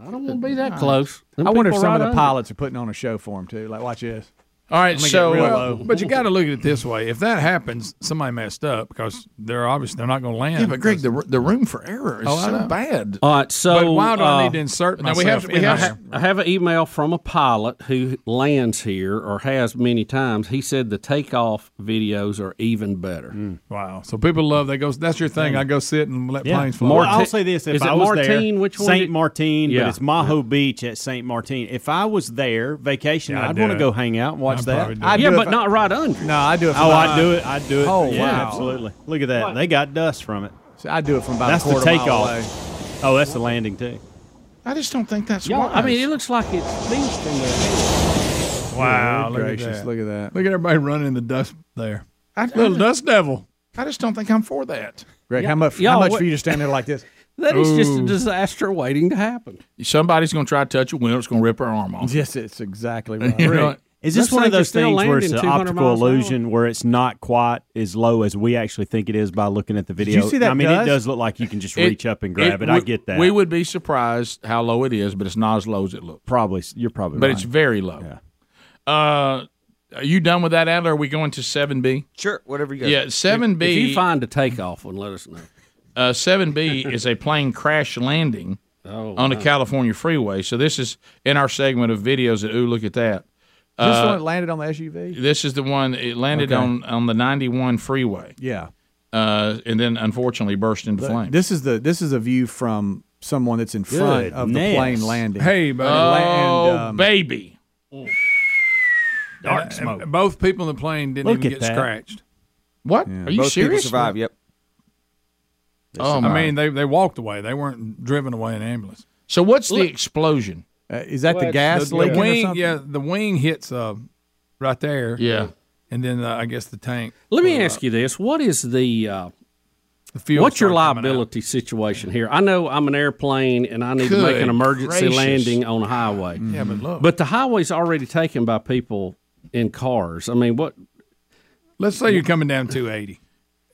S2: I don't want to be that
S6: Nice.
S2: close. Them
S6: I wonder if
S2: people
S6: some
S2: right
S6: of the
S2: under.
S6: pilots are putting on a show for him too. Like, watch this.
S1: All right, so uh,
S5: Well, but you got to look at it this way: if that happens, somebody messed up because they're obviously they're not going to land.
S1: Yeah, but
S5: Greg,
S1: the the room for error
S2: is so
S1: bad.
S2: All right, so
S5: but why do I need
S2: uh,
S5: to insert
S2: now
S5: myself?
S2: we have- we
S5: in
S2: have-
S5: there?
S2: I have an email from a pilot who lands here or has many times. He said the takeoff videos are even better.
S5: Mm. Wow! So people love they go. That's your thing. I go sit and let
S8: Yeah.
S5: planes fly.
S8: Well, I'll say this: if
S2: is it
S8: I was
S2: Martine?
S8: there,
S2: Which one
S8: Saint
S2: did-
S8: Martin,
S2: Yeah.
S8: but it's Maho Beach at Saint Martin. If I was there vacation,
S2: Yeah, I'd
S8: I'd
S2: do
S8: want to
S2: it.
S8: go hang out and watch
S2: I'd probably
S8: that.
S2: do it. Yeah, but not right under.
S6: No, I do it.
S8: Oh, I'd do it. I'd do it.
S6: Oh,
S8: yeah,
S6: wow.
S8: absolutely. Look at that. They got dust from it.
S6: So I do it from about a
S8: that's
S6: quarter
S8: the takeoff.
S6: mile away.
S8: Oh, that's the landing too.
S1: I just don't think that's
S2: Yeah,
S1: why.
S2: I mean, it looks like it's beast in there.
S5: Wow!
S6: Good
S5: Look
S6: gracious,
S5: at that.
S6: look at that.
S5: Look at everybody running in the dust there. Little dust devil.
S1: I just don't think I'm for that.
S6: Greg, how much?
S2: Y'all,
S6: how much
S2: what-
S6: for you to stand there like this?
S2: That is just a
S5: Ooh.
S2: disaster waiting to happen.
S1: Somebody's going to try to touch a window. It's going to rip her arm off.
S6: Yes, it's exactly
S1: You know,
S8: Right. Is this
S2: Looks
S8: one
S2: like
S8: of those
S2: they're still
S8: things where
S2: landing
S8: it's an
S2: 200
S8: optical
S2: miles an hour.
S8: illusion where it's not quite as low as we actually think it is by looking at the
S1: you
S8: video?
S1: see that
S8: I mean,
S1: dust?
S8: it does look like you can just reach up and grab it. I
S1: would-
S8: get that.
S1: We would be surprised how low it is, but it's not as low as it looks.
S8: Probably, you're probably
S1: But
S8: right.
S1: it's very low. Uh, are you done with that, Adler? Are we going to 7B?
S15: Sure, whatever you got.
S1: Yeah,
S15: If-
S1: 7B.
S15: if you
S2: find a takeoff one, let us know.
S1: Uh, 7B is a plane crash landing
S2: Oh,
S1: on a
S2: wow.
S1: California freeway. So this is in our segment of videos that, ooh, look at that.
S6: This
S1: Uh,
S6: one landed on the SUV.
S1: This is the one it landed
S6: Okay.
S1: on on the 91 freeway.
S6: Yeah.
S1: Uh, and then unfortunately burst into
S6: Look,
S1: flames.
S6: This is the this is a view from someone that's in front of the
S1: Goodness.
S6: plane landing.
S5: Hey, buddy.
S6: And,
S1: Oh,
S6: um,
S1: baby.
S5: Dark smoke. uh, eh, Both people in the plane didn't
S1: Look
S5: even get
S1: at that.
S5: scratched.
S1: What? Are you
S15: Both
S1: serious?
S15: people survive. Yep.
S1: Oh,
S5: I
S1: my.
S5: mean, they, they walked away. They weren't driven away in an ambulance.
S1: So what's the
S5: Look-
S1: explosion?
S6: Uh, is that the gas
S5: the,
S6: leaking or
S5: wing,
S6: something?
S5: Yeah, the wing hits uh, right there.
S1: Yeah.
S5: And then uh, I guess the tank.
S2: Let me ask you this: What is the, uh,
S5: fuel
S2: what's your
S5: start coming out.
S2: liability situation here? I know I'm an airplane and I need to make
S5: Good
S2: an emergency
S5: gracious.
S2: landing on a highway.
S5: Yeah, but look.
S2: But the highway's already taken by people in cars. I mean, what?
S5: Let's say you're coming down 280.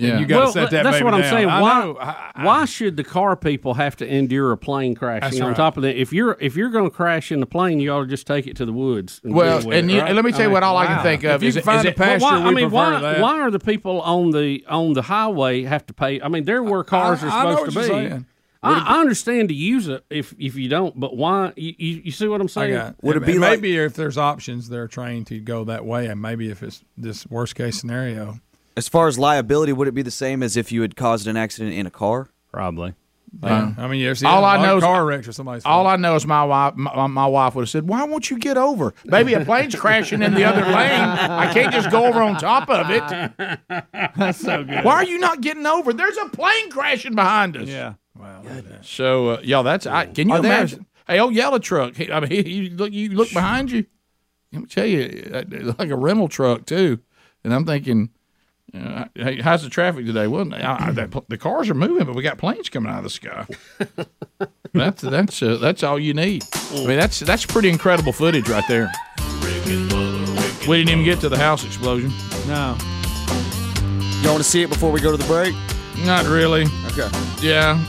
S5: and
S2: Yeah.
S5: you got to
S2: Well,
S5: set that
S2: that's
S5: baby
S2: what I'm
S5: down.
S2: saying.
S5: I
S2: Why,
S5: know.
S2: why should the car people have to endure a plane crashing
S5: That's
S2: on
S5: right.
S2: top of that? If you're if you're going to crash in the plane, you ought to just take it to the woods. And
S1: Well,
S2: deal with
S1: and
S2: it,
S1: you-
S2: right? Uh,
S1: and let me tell you what all I can think of If you is- can find is a it- pasture,
S2: Well, why, I
S1: we
S2: mean, why,
S1: prefer that.
S2: why are the people on the on the highway have to pay? I mean, they're where cars
S1: I-
S2: are
S1: I know
S2: supposed
S1: what
S2: to
S1: you're
S2: be.
S1: saying.
S2: I, I understand to use it if if you don't, but why? You, you, you see what I'm
S5: I
S2: saying?
S5: got, and maybe if there's options, they're trained to go that way, and maybe if it's this worst case scenario,
S15: As far as liability, would it be the same as if you had caused an accident in a car?
S8: Probably.
S5: Yeah. I mean, you ever see
S1: all
S5: a lot
S1: I
S5: of
S1: know is
S5: car wrecks or somebody's
S1: All I know is my wife. My, my wife would have said, "Why won't you get over? Baby, a plane's crashing in the other lane. I can't just go over on top of it.
S3: That's so good.
S1: Why are you not getting over? There's a plane crashing behind us. Yeah.
S5: Wow.
S1: So, uh, y'all, that's I, can you
S5: Are there-
S1: imagine? Hey, old yellow truck. He, I mean, he, you look, you look behind you. Let me tell you, uh, it's like a rental truck too. And I'm thinking, uh, hey, how's the traffic today? Well, I, I, that, pl- the cars are moving, but we got planes coming out of the sky. that's that's uh, that's all you need. I mean, that's that's pretty incredible footage right there. We didn't even get to the house explosion.
S5: No.
S15: You want to see it before we go to the break?
S1: Not really.
S15: Okay.
S1: Yeah.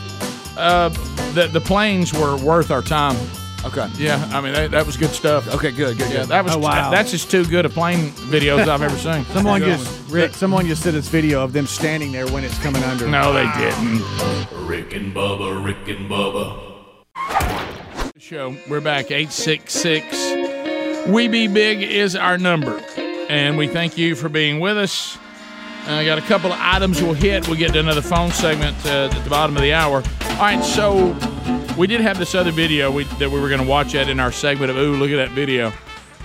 S1: Uh, the the planes were worth our time.
S15: Okay.
S1: Yeah, I mean that, that was good stuff.
S15: Okay, good, good,
S1: Yeah,
S15: good.
S1: that was
S15: Oh, wow.
S1: that's just too good a plane videos I've ever seen.
S6: Someone
S1: Good
S6: just Rick. Someone just sent us video of them standing there when it's coming under.
S1: one. No, they didn't.
S4: Rick and Bubba, Rick and Bubba.
S1: Show. We're back. Eight six six. We be big is our number, and we thank you for being with us. I got a couple of items we'll hit. We'll get to another phone segment uh, at the bottom of the hour. All right, so we did have this other video we, that we were going to watch at in our segment of "Ooh, look at that video,"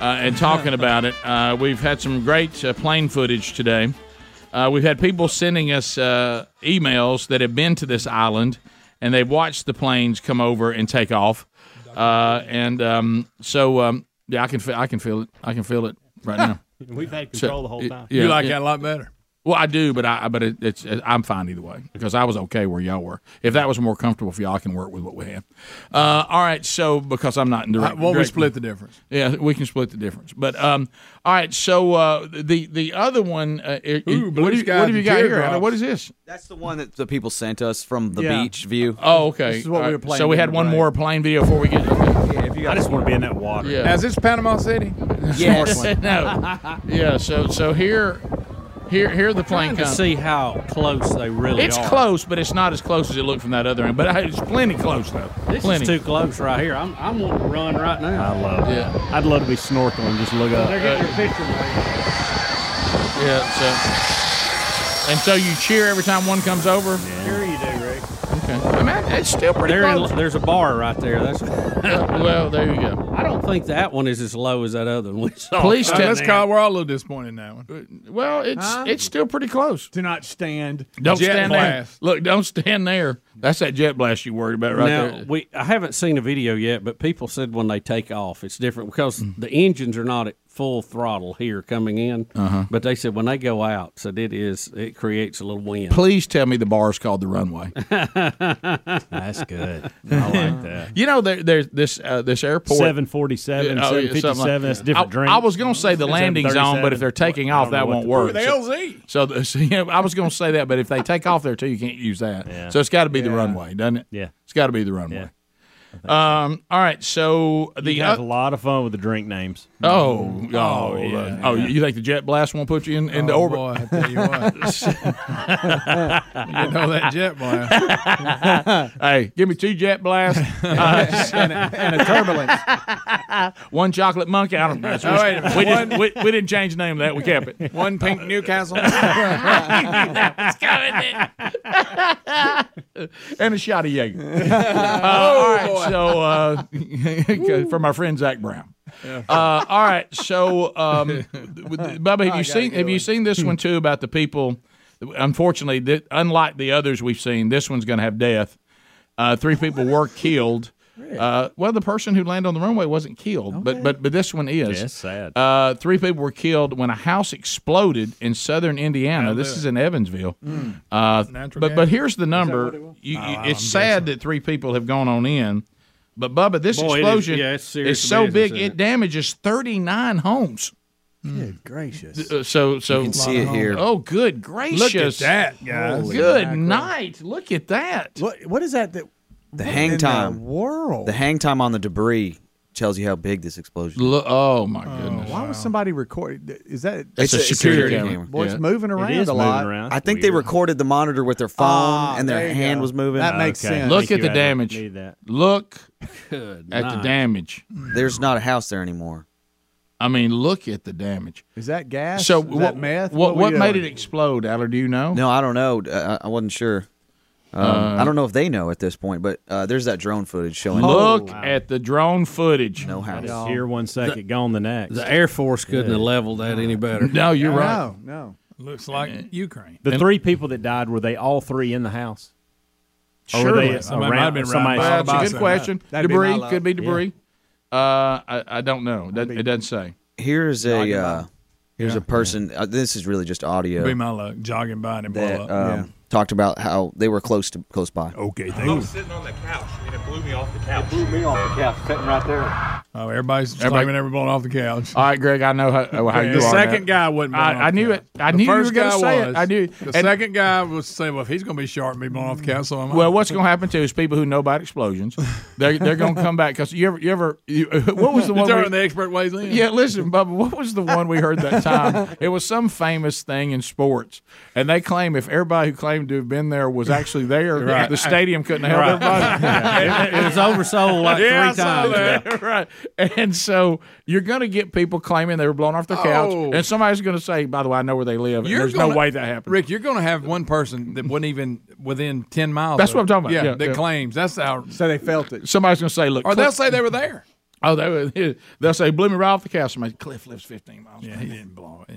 S1: uh, and talking about it. Uh, we've had some great uh, plane footage today. Uh, we've had people sending us uh, emails that have been to this island and they've watched the planes come over and take off. Uh, and um, so, um, yeah, I can feel, I can feel it. I can feel it right now.
S8: We've had
S1: So,
S8: control the whole
S1: y-
S8: time.
S1: yeah,
S5: You like
S1: yeah.
S5: that a lot better.
S1: Well, I do, but I but it, it's I'm fine either way because I was okay where y'all were. If that was more comfortable for y'all, I can work with what we have. Uh, all right, so because I'm not in direct.
S5: Uh, well, we
S1: direct-
S5: split the difference.
S1: Yeah, we can split the difference. But um, all right, so uh, the the other one. Uh, it-
S5: Ooh, blue
S1: what, have you-
S5: skies
S1: what have you
S5: and
S1: got here?
S5: teardrops.
S1: Anna? What is this?
S15: That's the one that the people sent us from the
S1: Yeah.
S15: beach view.
S1: Oh, okay. All right, So we had one more plane video before we get.
S15: Yeah, if you
S8: I just want to be in that water.
S1: Yeah.
S5: Now, is this Panama City?
S1: Yes. no. Yeah. So so here, here here the plane
S2: Trying to
S1: comes.
S2: see how close they really
S1: it's
S2: are.
S1: close, but it's not as close as it looked from that other end. But I- it's plenty close though.
S2: This
S1: plenty.
S2: is too close right here. I'm, I'm wanting to run right now.
S8: I love it.
S1: Yeah.
S8: I'd love to be snorkeling and just look up.
S2: They're getting their picture away.
S1: Yeah. So and so you cheer every time one comes over.
S2: Sure you do, Rick.
S1: Okay. I mean, it's still pretty
S2: They're in-
S1: close.
S2: there's a bar right there. That's
S1: well, there you go.
S2: I don't think that one is as low as that other one we saw.
S5: Please let's call. We're all a little disappointed in that one.
S1: Well, it's it's still pretty close.
S5: Do not stand.
S1: Don't stand there. Look, don't stand there. That's that jet blast you worried about right
S2: now,
S1: there.
S2: we I haven't seen a video yet, but people said when they take off, it's different because the engines are not at full throttle here coming in.
S1: Uh-huh.
S2: But they said when they go out, said it is it creates a little wind.
S1: Please tell me the bar is called the runway.
S2: That's good. I like that.
S1: You know, there, there's this uh, this airport.
S8: 747,
S1: Yeah, oh, yeah, something like-
S8: 757, that's a different
S1: I,
S8: drink.
S1: I was going to say the landing zone, but if they're taking
S8: I don't
S1: off, that
S8: know what
S1: won't
S8: the-
S1: work.
S8: Ooh, the
S1: So- So,
S8: LZ.
S1: the, so, yeah, I was going to say that, but if they take off there too, you can't use that. So it's got to be the runway, doesn't it?
S8: Yeah.
S1: It's got to be the runway. Um. All right. So the
S8: You have
S1: oth-
S8: a lot of fun with the drink names.
S1: Oh, oh,
S8: Oh,
S1: uh,
S8: yeah.
S1: oh! You think the jet blast won't put you in into
S8: Oh,
S1: orbit?
S8: boy, I
S5: tell you what. You know that jet blast.
S1: hey, give me two jet blasts
S5: And a- and a
S1: turbulence. One chocolate monkey. I don't know.
S5: Oh, wait a minute.
S1: we, didn't, we, we didn't change the name of that. We kept it.
S5: One pink Newcastle.
S1: and a shot of Jaeger. Uh,
S3: Oh,
S1: all right, so uh, from our friend Zach Brown. Uh, all right, so um, with- Bubba, have
S5: I
S1: you
S5: gotta
S1: seen
S5: get
S1: have you seen this one too about the people? Unfortunately, th- unlike the others we've seen, this one's going to have death. Uh, three people were killed. Uh, well, the person who landed on the runway wasn't killed, but but but this one is.
S8: Yeah, it's sad.
S1: Uh, three people were killed when a house exploded in southern Indiana. This
S8: Hallelujah.
S1: is in Evansville.
S8: Mm.
S1: Uh,
S8: Natural
S1: but
S8: gas?
S1: but here's the
S8: Is that
S1: number.
S8: what it was?
S1: You- you-
S8: Oh, I'm
S1: it's sad that three people have gone on in. But Bubba, this
S2: Boy, it is-
S1: explosion
S2: yeah, it's serious
S1: is so
S2: business,
S1: big
S2: isn't
S1: it damages 39 homes.
S6: Good gracious.
S1: Uh, so so
S15: You can see it here.
S1: Oh, good gracious!
S15: Look at that,
S6: guys. Holy
S1: Good
S6: mackerel.
S1: night. Look at that.
S6: What what is that? That
S15: The
S6: what
S15: hang
S6: in
S15: time.
S6: The world.
S15: The hang time on the debris tells you how big this explosion. is.
S1: oh my goodness!
S6: Why was somebody recording? Is that?
S15: It's a security camera.
S6: Boy, it's
S15: Yeah.
S6: moving around
S15: It is
S6: a
S15: moving
S6: lot.
S15: around. I think they recorded the monitor with their phone
S6: Ah,
S15: Um, and
S6: there
S15: their
S6: you
S15: hand
S6: go.
S15: was moving. Uh,
S6: That makes Okay. sense.
S1: Look
S15: Thank
S1: at
S15: you,
S1: the
S15: Adam.
S1: damage.
S15: Need that.
S1: Look
S2: Good
S1: at the
S15: night.
S1: damage.
S15: There's not a house there anymore.
S1: I mean, look at the damage.
S6: Is that gas?
S1: So
S6: Is
S1: what?
S6: that meth?
S1: What,
S6: we
S1: what made it
S6: doing?
S1: explode, Aller? Do you know?
S15: No, I don't know. Uh, I I wasn't sure. Um,
S1: Uh,
S15: I don't know if they know at this point, but uh, there's that drone footage showing.
S1: Look at the drone footage. No
S15: house.
S8: Just here one second, gone the next.
S2: The Air Force couldn't have leveled that any better.
S1: No, you're
S5: No, no. Looks like Ukraine.
S8: The three people that died were they all three in the house? Or were
S1: Surely.
S8: they
S1: Somebody
S8: around-
S1: might have been
S8: somebody-
S1: riding by. That's a
S8: somebody-
S1: good question.
S8: That'd be
S1: debris
S8: my
S1: could be
S8: love.
S1: debris. Uh, I, I don't know. That, it doesn't say.
S15: Here's a uh, here's a person. Uh, this is really just audio.
S5: Be my luck. Jogging by and blow
S15: that
S5: up.
S15: um, talked about how they were close to close by.
S5: Okay,
S20: I was sitting on the couch and it blew me off the couch. It blew me off the couch, sitting right there.
S5: Oh, everybody's just
S1: Everybody-
S5: blaming everyone off the couch.
S1: All right, Greg. I know how, how you
S5: the
S1: are
S5: second
S1: now.
S5: guy wasn't. blown
S1: I,
S5: off
S1: I
S5: the
S1: knew
S5: couch.
S1: it. I
S5: The
S1: knew you were
S5: first
S1: going
S5: guy
S1: to say
S5: was.
S1: it. I knew.
S5: The
S1: and- Mm.
S5: second guy was saying, "Well, if he's going to be sharp, and be blown off the couch, so am I."
S1: Well, what's going to happen too is people who know about explosions, they're they're going to come back because you ever you ever you, what was the
S5: You
S1: one?
S5: turn
S1: we-
S5: on the expert ways in.
S1: Yeah, listen, Bubba. What was the one we heard that time? It was some famous thing in sports, and they claim if everybody who claimed to have been there was actually there,
S5: Right.
S1: the stadium couldn't help
S5: Right.
S1: everybody.
S5: Yeah. It- it was oversold like
S1: Yeah,
S5: three
S1: I saw
S5: times.
S1: that. right? And so you're going to get people claiming they were blown off the couch,
S5: Oh.
S1: and somebody's going to say, "By the way, I know where they live." and
S5: You're
S1: there's no
S5: gonna-
S1: way that happened.
S5: Rick, you're going to have one person that wasn't even within ten miles.
S1: That's
S5: of
S1: what
S5: it.
S1: I'm talking about.
S5: Yeah,
S1: Yeah,
S5: that
S1: yeah.
S5: claims that's how. So
S6: they felt it.
S1: Somebody's going to say, "Look,"
S5: Or they'll
S1: Cliff-
S5: say they were there.
S1: Oh, they were, they'll say, "Blew me right off the couch." Somebody, Cliff lives 15 miles. Yeah, he
S5: didn't blow it.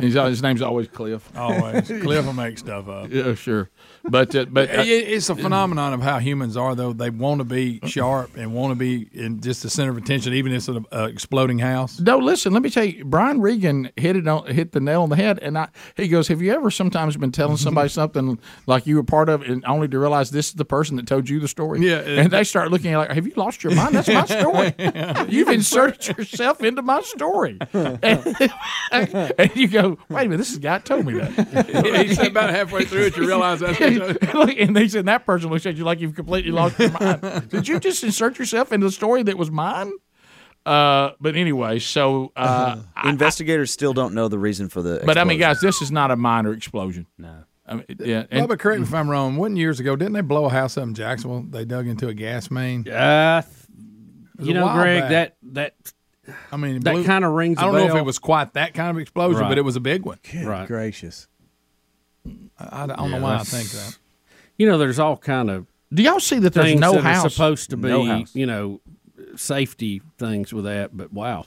S1: He's, al- his name's always Cliff.
S5: Always. Cliff will make stuff up.
S1: Yeah, sure. But uh, but uh,
S5: It- it's a phenomenon of how humans are, though. They want to be sharp and want to be in just the center of attention, even if it's an uh, exploding house.
S1: No, listen. Let me tell you. Brian Regan hit it on, hit the nail on the head, and I, he goes, "Have you ever sometimes been telling somebody something like you were part of, and only to realize this is the person that told you the story?"
S5: Yeah, it-
S1: and they start looking at you like, "Have you lost your mind? That's my story. You've inserted yourself into my story." And, and you go, wait a minute, this is guy told me that.
S5: He said about halfway through it, you realize that's what he told
S1: Look, and they said that person looks at you like you've completely lost your mind. Did you just insert yourself into the story that was mine? Uh, but anyway, so uh,
S15: Investigators still don't know the reason for the.
S1: but I mean,
S15: explosion.
S1: guys, this is not a minor explosion. No. I mean, yeah, and- mm-hmm.
S5: Bubba, correct me if I'm wrong. Wasn't years ago? Didn't they blow a house up in Jacksonville? They dug into a gas main.
S2: Yeah,
S5: was
S2: Uh, you
S5: a
S2: know,
S5: while
S2: Greg,
S5: back.
S2: that that
S5: I mean, it
S2: that
S5: blew-
S2: kinda rings a
S5: I don't know if
S2: bell.
S5: it was quite that kind of explosion,
S2: Right.
S5: but it was a big one.
S2: Right.
S6: Gracious.
S5: I, I don't
S2: Yeah,
S5: know why I
S2: that's-
S5: think that.
S2: You know, there's all kind of.
S1: Do y'all see that there's
S2: things
S1: no
S2: that are
S1: house?
S2: supposed to be?
S1: No house.
S2: You know, safety things with that. But wow,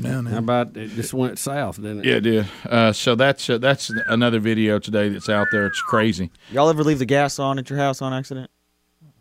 S5: down there.
S2: how about it? Just went south, didn't it?
S1: Yeah, dear. Uh, so that's uh, that's another video today that's out there. It's crazy.
S15: Y'all ever leave the gas on at your house on accident?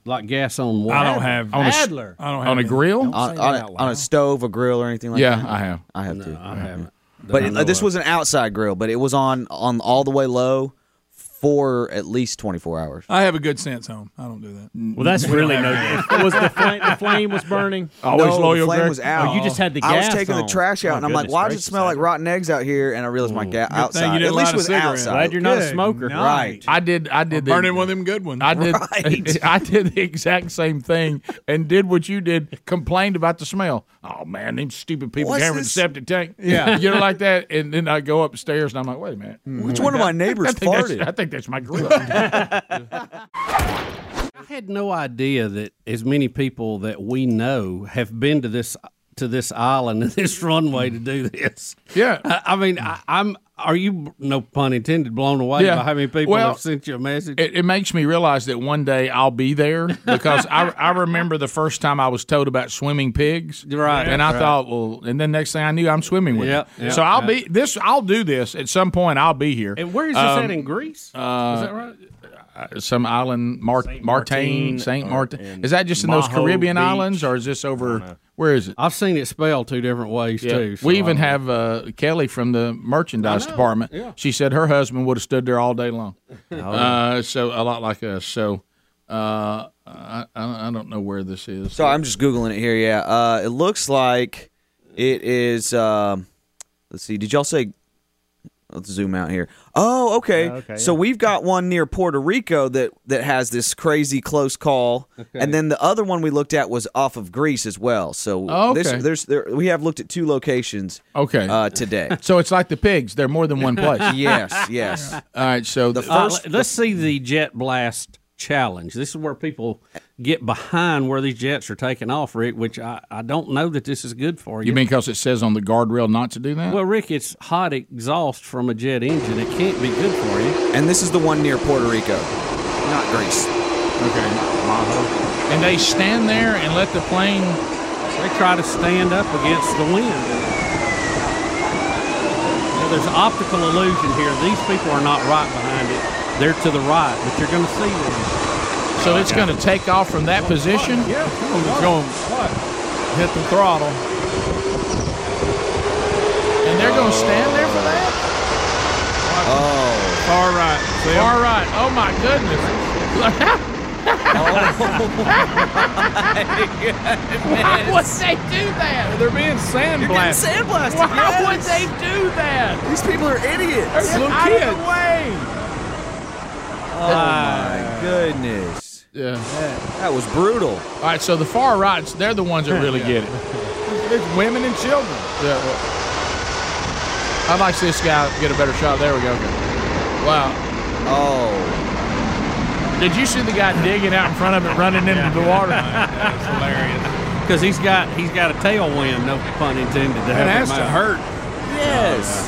S2: Like gas on what?
S1: I don't have- On a s- Adler. I don't have On a any. grill? Don't
S15: On,
S1: say
S15: on
S1: that
S15: a,
S1: out
S15: on a stove, a grill, or anything like
S1: Yeah,
S15: that?
S1: I have.
S15: I have too.
S2: I haven't.
S15: But
S2: I
S15: it-
S2: know
S15: this
S2: of.
S15: was an outside grill, but it was on on all the way low for at least 24 hours.
S5: I have a good sense home. I don't do
S1: Mm.
S5: that.
S15: Well, that's
S5: We don't
S15: really
S5: have
S15: no
S5: that.
S15: good.
S21: Was the flame, the flame was burning?
S15: No, The flame was out.
S21: Oh, you just had the
S15: I
S21: gas.
S15: was taking
S21: on.
S15: the trash out,
S21: Oh,
S15: and I'm like,
S21: goodness
S15: "Why does it
S21: gracious.
S15: smell like rotten eggs out here?" And I realized my gas
S1: Mm. Good thing you
S15: outside.
S1: didn't
S15: At least
S1: light a
S15: it was
S1: cigarette.
S15: outside.
S1: Glad you're not a Good smoker. night.
S15: right?
S1: I did. I did.
S5: Burning one of them good ones.
S1: I did.
S5: Right.
S1: I did the exact same thing and did what you did. Complained about the smell. Oh man, them stupid people
S15: What's
S1: having a
S15: this?
S1: septic tank.
S15: Yeah.
S1: you know, like that. And then I go upstairs and I'm like, wait a minute.
S15: Which one of my Hmm. neighbors
S1: I think that's-
S15: farted?
S1: I think that's my grill.
S2: I had no idea that as many people that we know have been to this to this island and this runway to do this.
S1: Yeah,
S2: I, I mean, I, I'm. Are you no pun intended blown away by how many people
S1: Well,
S2: have sent you a message?
S1: It, it makes me realize that one day I'll be there because I, I remember the first time I was told about swimming pigs.
S2: Right,
S1: And I
S2: right.
S1: thought, well, and then next thing I knew, I'm swimming with
S2: Yep,
S1: them.
S2: yep,
S1: so I'll
S2: yep.
S1: be this. I'll do this at some point. I'll be here.
S2: And where is this
S1: Um,
S2: at in Greece?
S1: uh,
S2: is that right?
S1: uh, Some island, Mar- Martain,
S2: Martin
S1: Saint
S2: or
S1: Martin.
S2: in
S1: Is that just in those
S2: Maho
S1: Caribbean
S2: Beach. Oh,
S1: islands, or is this over? Where is it?
S2: I've seen it spelled two different ways
S1: Yeah.
S2: too. so
S1: we
S2: I
S1: even
S2: don't-
S1: have uh, Kelly from the merchandise department. She said her husband would have stood there all day long.
S2: Oh,
S1: Uh, so a lot like us. So uh, I, I I don't know where this is.
S15: So I'm just googling it here. Yeah, uh, it looks like it is. Um, let's see. Did y'all say? Let's zoom out here. Oh, okay.
S21: Yeah, okay,
S15: so
S21: yeah.
S15: we've got one near Puerto Rico that that has this crazy close call, and then the other one we looked at was off of Greece as well. So
S1: Oh,
S15: this,
S1: okay.
S15: there's there, we have looked at two locations.
S1: Okay.
S15: uh, today.
S1: So it's like the pigs; they're more than one place.
S15: yes, yes.
S1: All right. So the
S2: Uh, let- let's see the jet blast challenge. This is where people get behind where these jets are taking off, Rick. Which I, I don't know that this is good for you.
S1: You mean because it says on the guardrail not to do that?
S2: Well, Rick, it's hot exhaust from a jet engine. It can't be good for you.
S15: And this is the one near Puerto Rico, not Greece.
S1: Okay. And they stand there and let the plane.
S2: They try to stand up against the wind. Now, there's an optical illusion here. These people are not right behind it. They're to the right, but you're going to see them.
S1: So it's going to take off from that position.
S2: Oh, Yeah,
S1: it's going hit the throttle. And they're going to stand there for that.
S15: Oh.
S1: Far right. Far right. Oh my goodness.
S3: Oh. Why would they do that? They're being sandblasted.
S15: sandblasted.
S3: Why would they do that?
S15: These people are idiots.
S3: They're
S1: Little
S3: out of
S1: kids.
S3: the way.
S15: my goodness.
S1: Yeah.
S15: That was brutal.
S1: All right, so the far rights, they're the ones that really get it.
S5: There's women and children.
S1: Yeah, well, I'd like to see this guy get a better shot. There we go. Wow.
S15: Oh.
S1: Did you see the guy digging out in front of it, running into the water?
S2: Because he's got he's got a tailwind, no pun intended. To have
S1: has to
S2: mouth.
S1: hurt.
S15: Yes.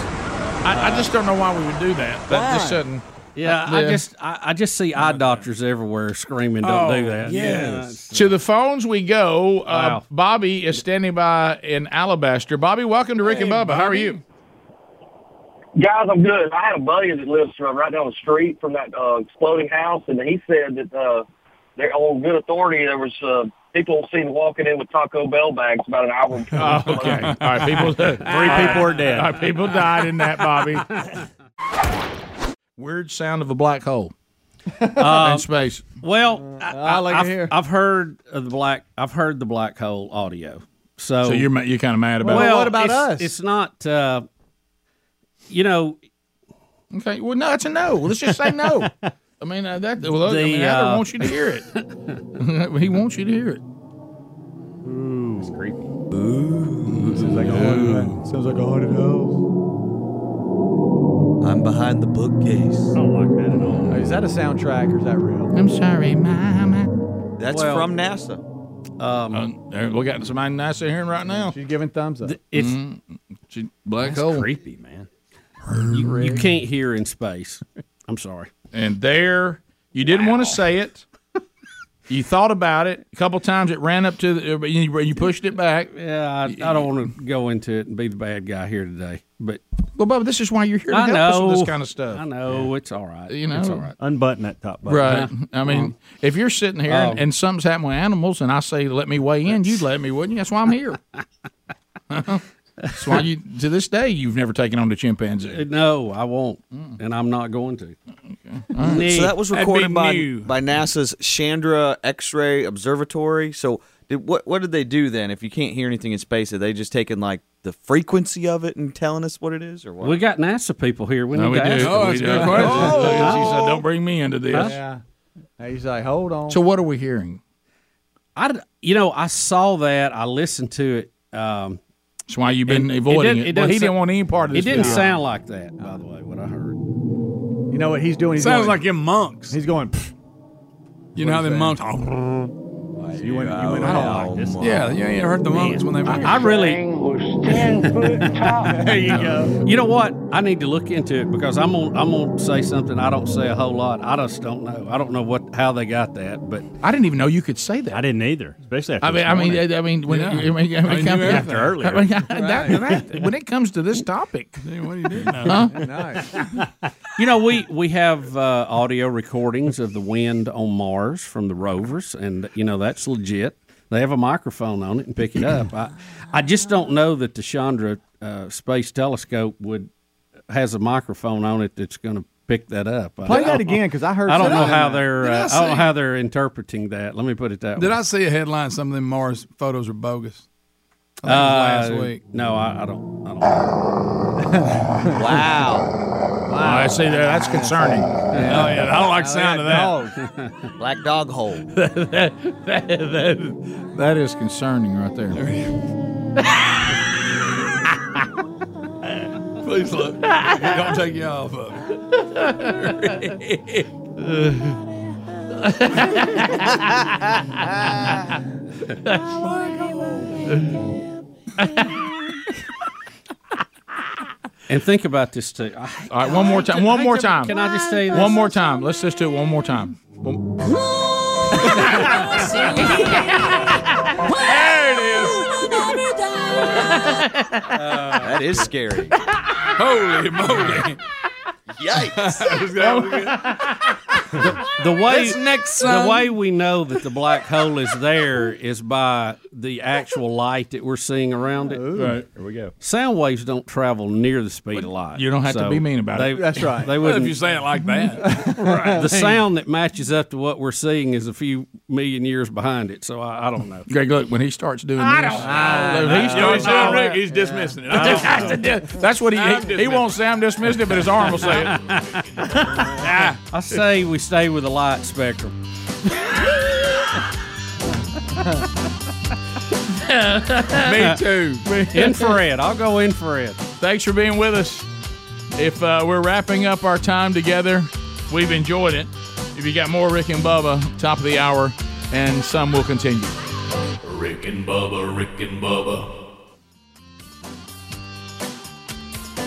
S1: I, I just don't know why we would do that. That just
S2: Why?
S1: sudden.
S2: Yeah, I just I, I just see eye doctors everywhere screaming, "Don't
S1: Oh,
S2: do that."
S1: yes. To the phones we go. Uh,
S2: Wow.
S1: Bobby is standing by in Alabaster. Bobby, welcome to Rick and Bubba. How are you?
S22: Guys, I'm good. I had a buddy that lives uh, right down the street from that uh, exploding house, and he said that uh, they're on good authority. There was uh, people seen walking in with Taco Bell bags about an hour. Before
S1: Oh, okay. All right, people. Three people
S21: are dead.
S1: All right, people died in that, Bobby. Weird sound of a black hole in space.
S2: Well, I, I
S1: like it
S2: have
S1: here.
S2: I've heard of the black. I've heard the black hole audio. So,
S1: So you're ma- you're kind of mad about
S2: Well,
S1: it.
S2: it's- It's not. Uh, you know.
S1: Okay. Well, no, it's a no. Let's just say no. I mean, uh, that. Well, I
S2: The,
S1: mean, Adler
S2: uh,
S1: wants you to hear it. he wants you to hear it.
S5: Ooh. It's creepy.
S6: Sounds like a haunted, sounds like a haunted house.
S15: I'm behind the bookcase. I don't like that at all.
S6: Is that a soundtrack or is that real?
S1: I'm sorry, Mama.
S15: That's
S1: Well-
S15: from NASA.
S2: Um,
S1: there, we got somebody nice in here right now.
S6: She's giving thumbs up.
S2: It's
S1: Mhm. She- black
S2: That's
S1: hole.
S2: creepy, man. You, you can't hear in space. I'm sorry.
S1: And there, you didn't want to say it. You thought about it a couple times. It ran up to the. You you pushed it back.
S2: Yeah, I, I don't want to go into it and be the bad guy here today, but
S1: Well, Bubba, this is why you're here to
S2: I
S1: help us with
S2: know.
S1: this kind of stuff.
S2: I know it's all right.
S1: You know,
S2: it's all right.
S8: Unbutton that top button.
S1: Right. I mean, if you're sitting here and,
S8: Oh.
S1: and something's happened with animals, and I say, "Let me weigh in," you'd let me, wouldn't you? That's why I'm here. That's why you. To this day, you've never taken on the chimpanzee.
S2: No, I won't, and I'm not going to.
S15: So that was recorded by
S2: you.
S15: by NASA's Chandra X-ray Observatory. So did, what what did they do then? If you can't hear anything in space, are they just taking like the frequency of it and telling us what it is, or what?
S2: We got NASA people here. We
S15: No,
S2: need
S15: we
S2: to
S15: do.
S2: ask them.
S15: Oh, that's a good question.
S1: She said, "Don't bring me into this."
S6: Yeah. Now you say, hold on.
S1: So what are we hearing?
S2: I, d- you know, I saw that. I listened to it. Um,
S1: That's why you've been avoiding it. Well, he didn't want any part of this
S2: It didn't
S1: video.
S2: sound like that, by the way. What I heard.
S6: You know what he's doing? He's
S2: Sounds
S6: going,
S2: like
S5: them monks.
S6: He's going.
S5: You know how
S6: What
S5: the
S6: is
S5: monks.
S1: Oh.
S6: You went. You went
S5: I don't
S6: out.
S5: like this. Yeah, you ain't heard the monks when they.
S2: I, I really. there you go. You know what? I need to look into it because I'm gonna I'm gonna say something I don't say a whole lot. I just don't know. I don't know what how they got that, but
S1: I didn't even know you could say that.
S2: I
S8: didn't either. Especially
S1: I mean, I mean, I I mean, when
S2: Yeah.
S1: I mean, I mean,
S2: I knew
S1: come-
S2: everything. After earlier.
S1: I mean, that- that- when it comes to this topic,
S5: what do you do?
S1: Huh?
S2: You know, we we have uh, audio recordings of the wind on Mars from the rovers, and you know that's legit. They have a microphone on it and pick it up. I, I just don't know that the Chandra uh, Space Telescope would has a microphone on it that's going to pick that up. I
S6: Play
S2: don't
S6: that
S2: know.
S6: again, 'cause I heard
S2: I don't
S6: something.
S2: know how they're.
S6: Did I
S2: Uh, I, don't know
S6: see-
S2: how they're interpreting that. Let me put it that
S5: Did
S2: way.
S5: I see a headline? Some of them Mars photos are bogus. I
S2: Uh,
S5: think it was last week.
S2: No, I, I don't. I don't.
S15: Wow.
S1: Wow. I see that. That's concerning.
S5: Oh, yeah, I don't like the sound of
S15: that. Black dog hole.
S1: that is concerning right there.
S5: Please look. Don't take you off of it.
S2: And think about this too.
S1: All right, one more time. One more time.
S2: Can I just say this?
S1: One more time. Let's just do it one more time. One-
S3: there it is.
S15: that is scary.
S1: Holy moly!
S2: the, the way
S3: That's next, son.
S2: the way we know that the black hole is there is by the actual light that we're seeing around it.
S1: Right.
S8: Here we go.
S2: Sound waves don't travel near the speed of light.
S1: you don't have to be mean about it. That's right.
S2: They
S1: Well, if
S2: wouldn't.
S1: you say it like
S5: that,
S2: the sound that matches up to what we're seeing is a few million years behind it. So I, I don't know.
S1: Greg, look when he starts doing this.
S2: don't know.
S1: He starts doing
S2: He's doing Rick,
S1: that.
S2: he's dismissing it. I don't
S1: That's the di- That's what he
S2: I'm
S1: he, he won't say I'm dismissed it, but his arm will say it.
S2: I say we stay with the light spectrum.
S1: Me too.
S2: Infrared. I'll go infrared.
S1: Thanks for being with us. If uh, we're wrapping up our time together, we've enjoyed it. If you got more Rick and Bubba, top of the hour, and some will continue.
S4: Rick and Bubba, Rick and Bubba,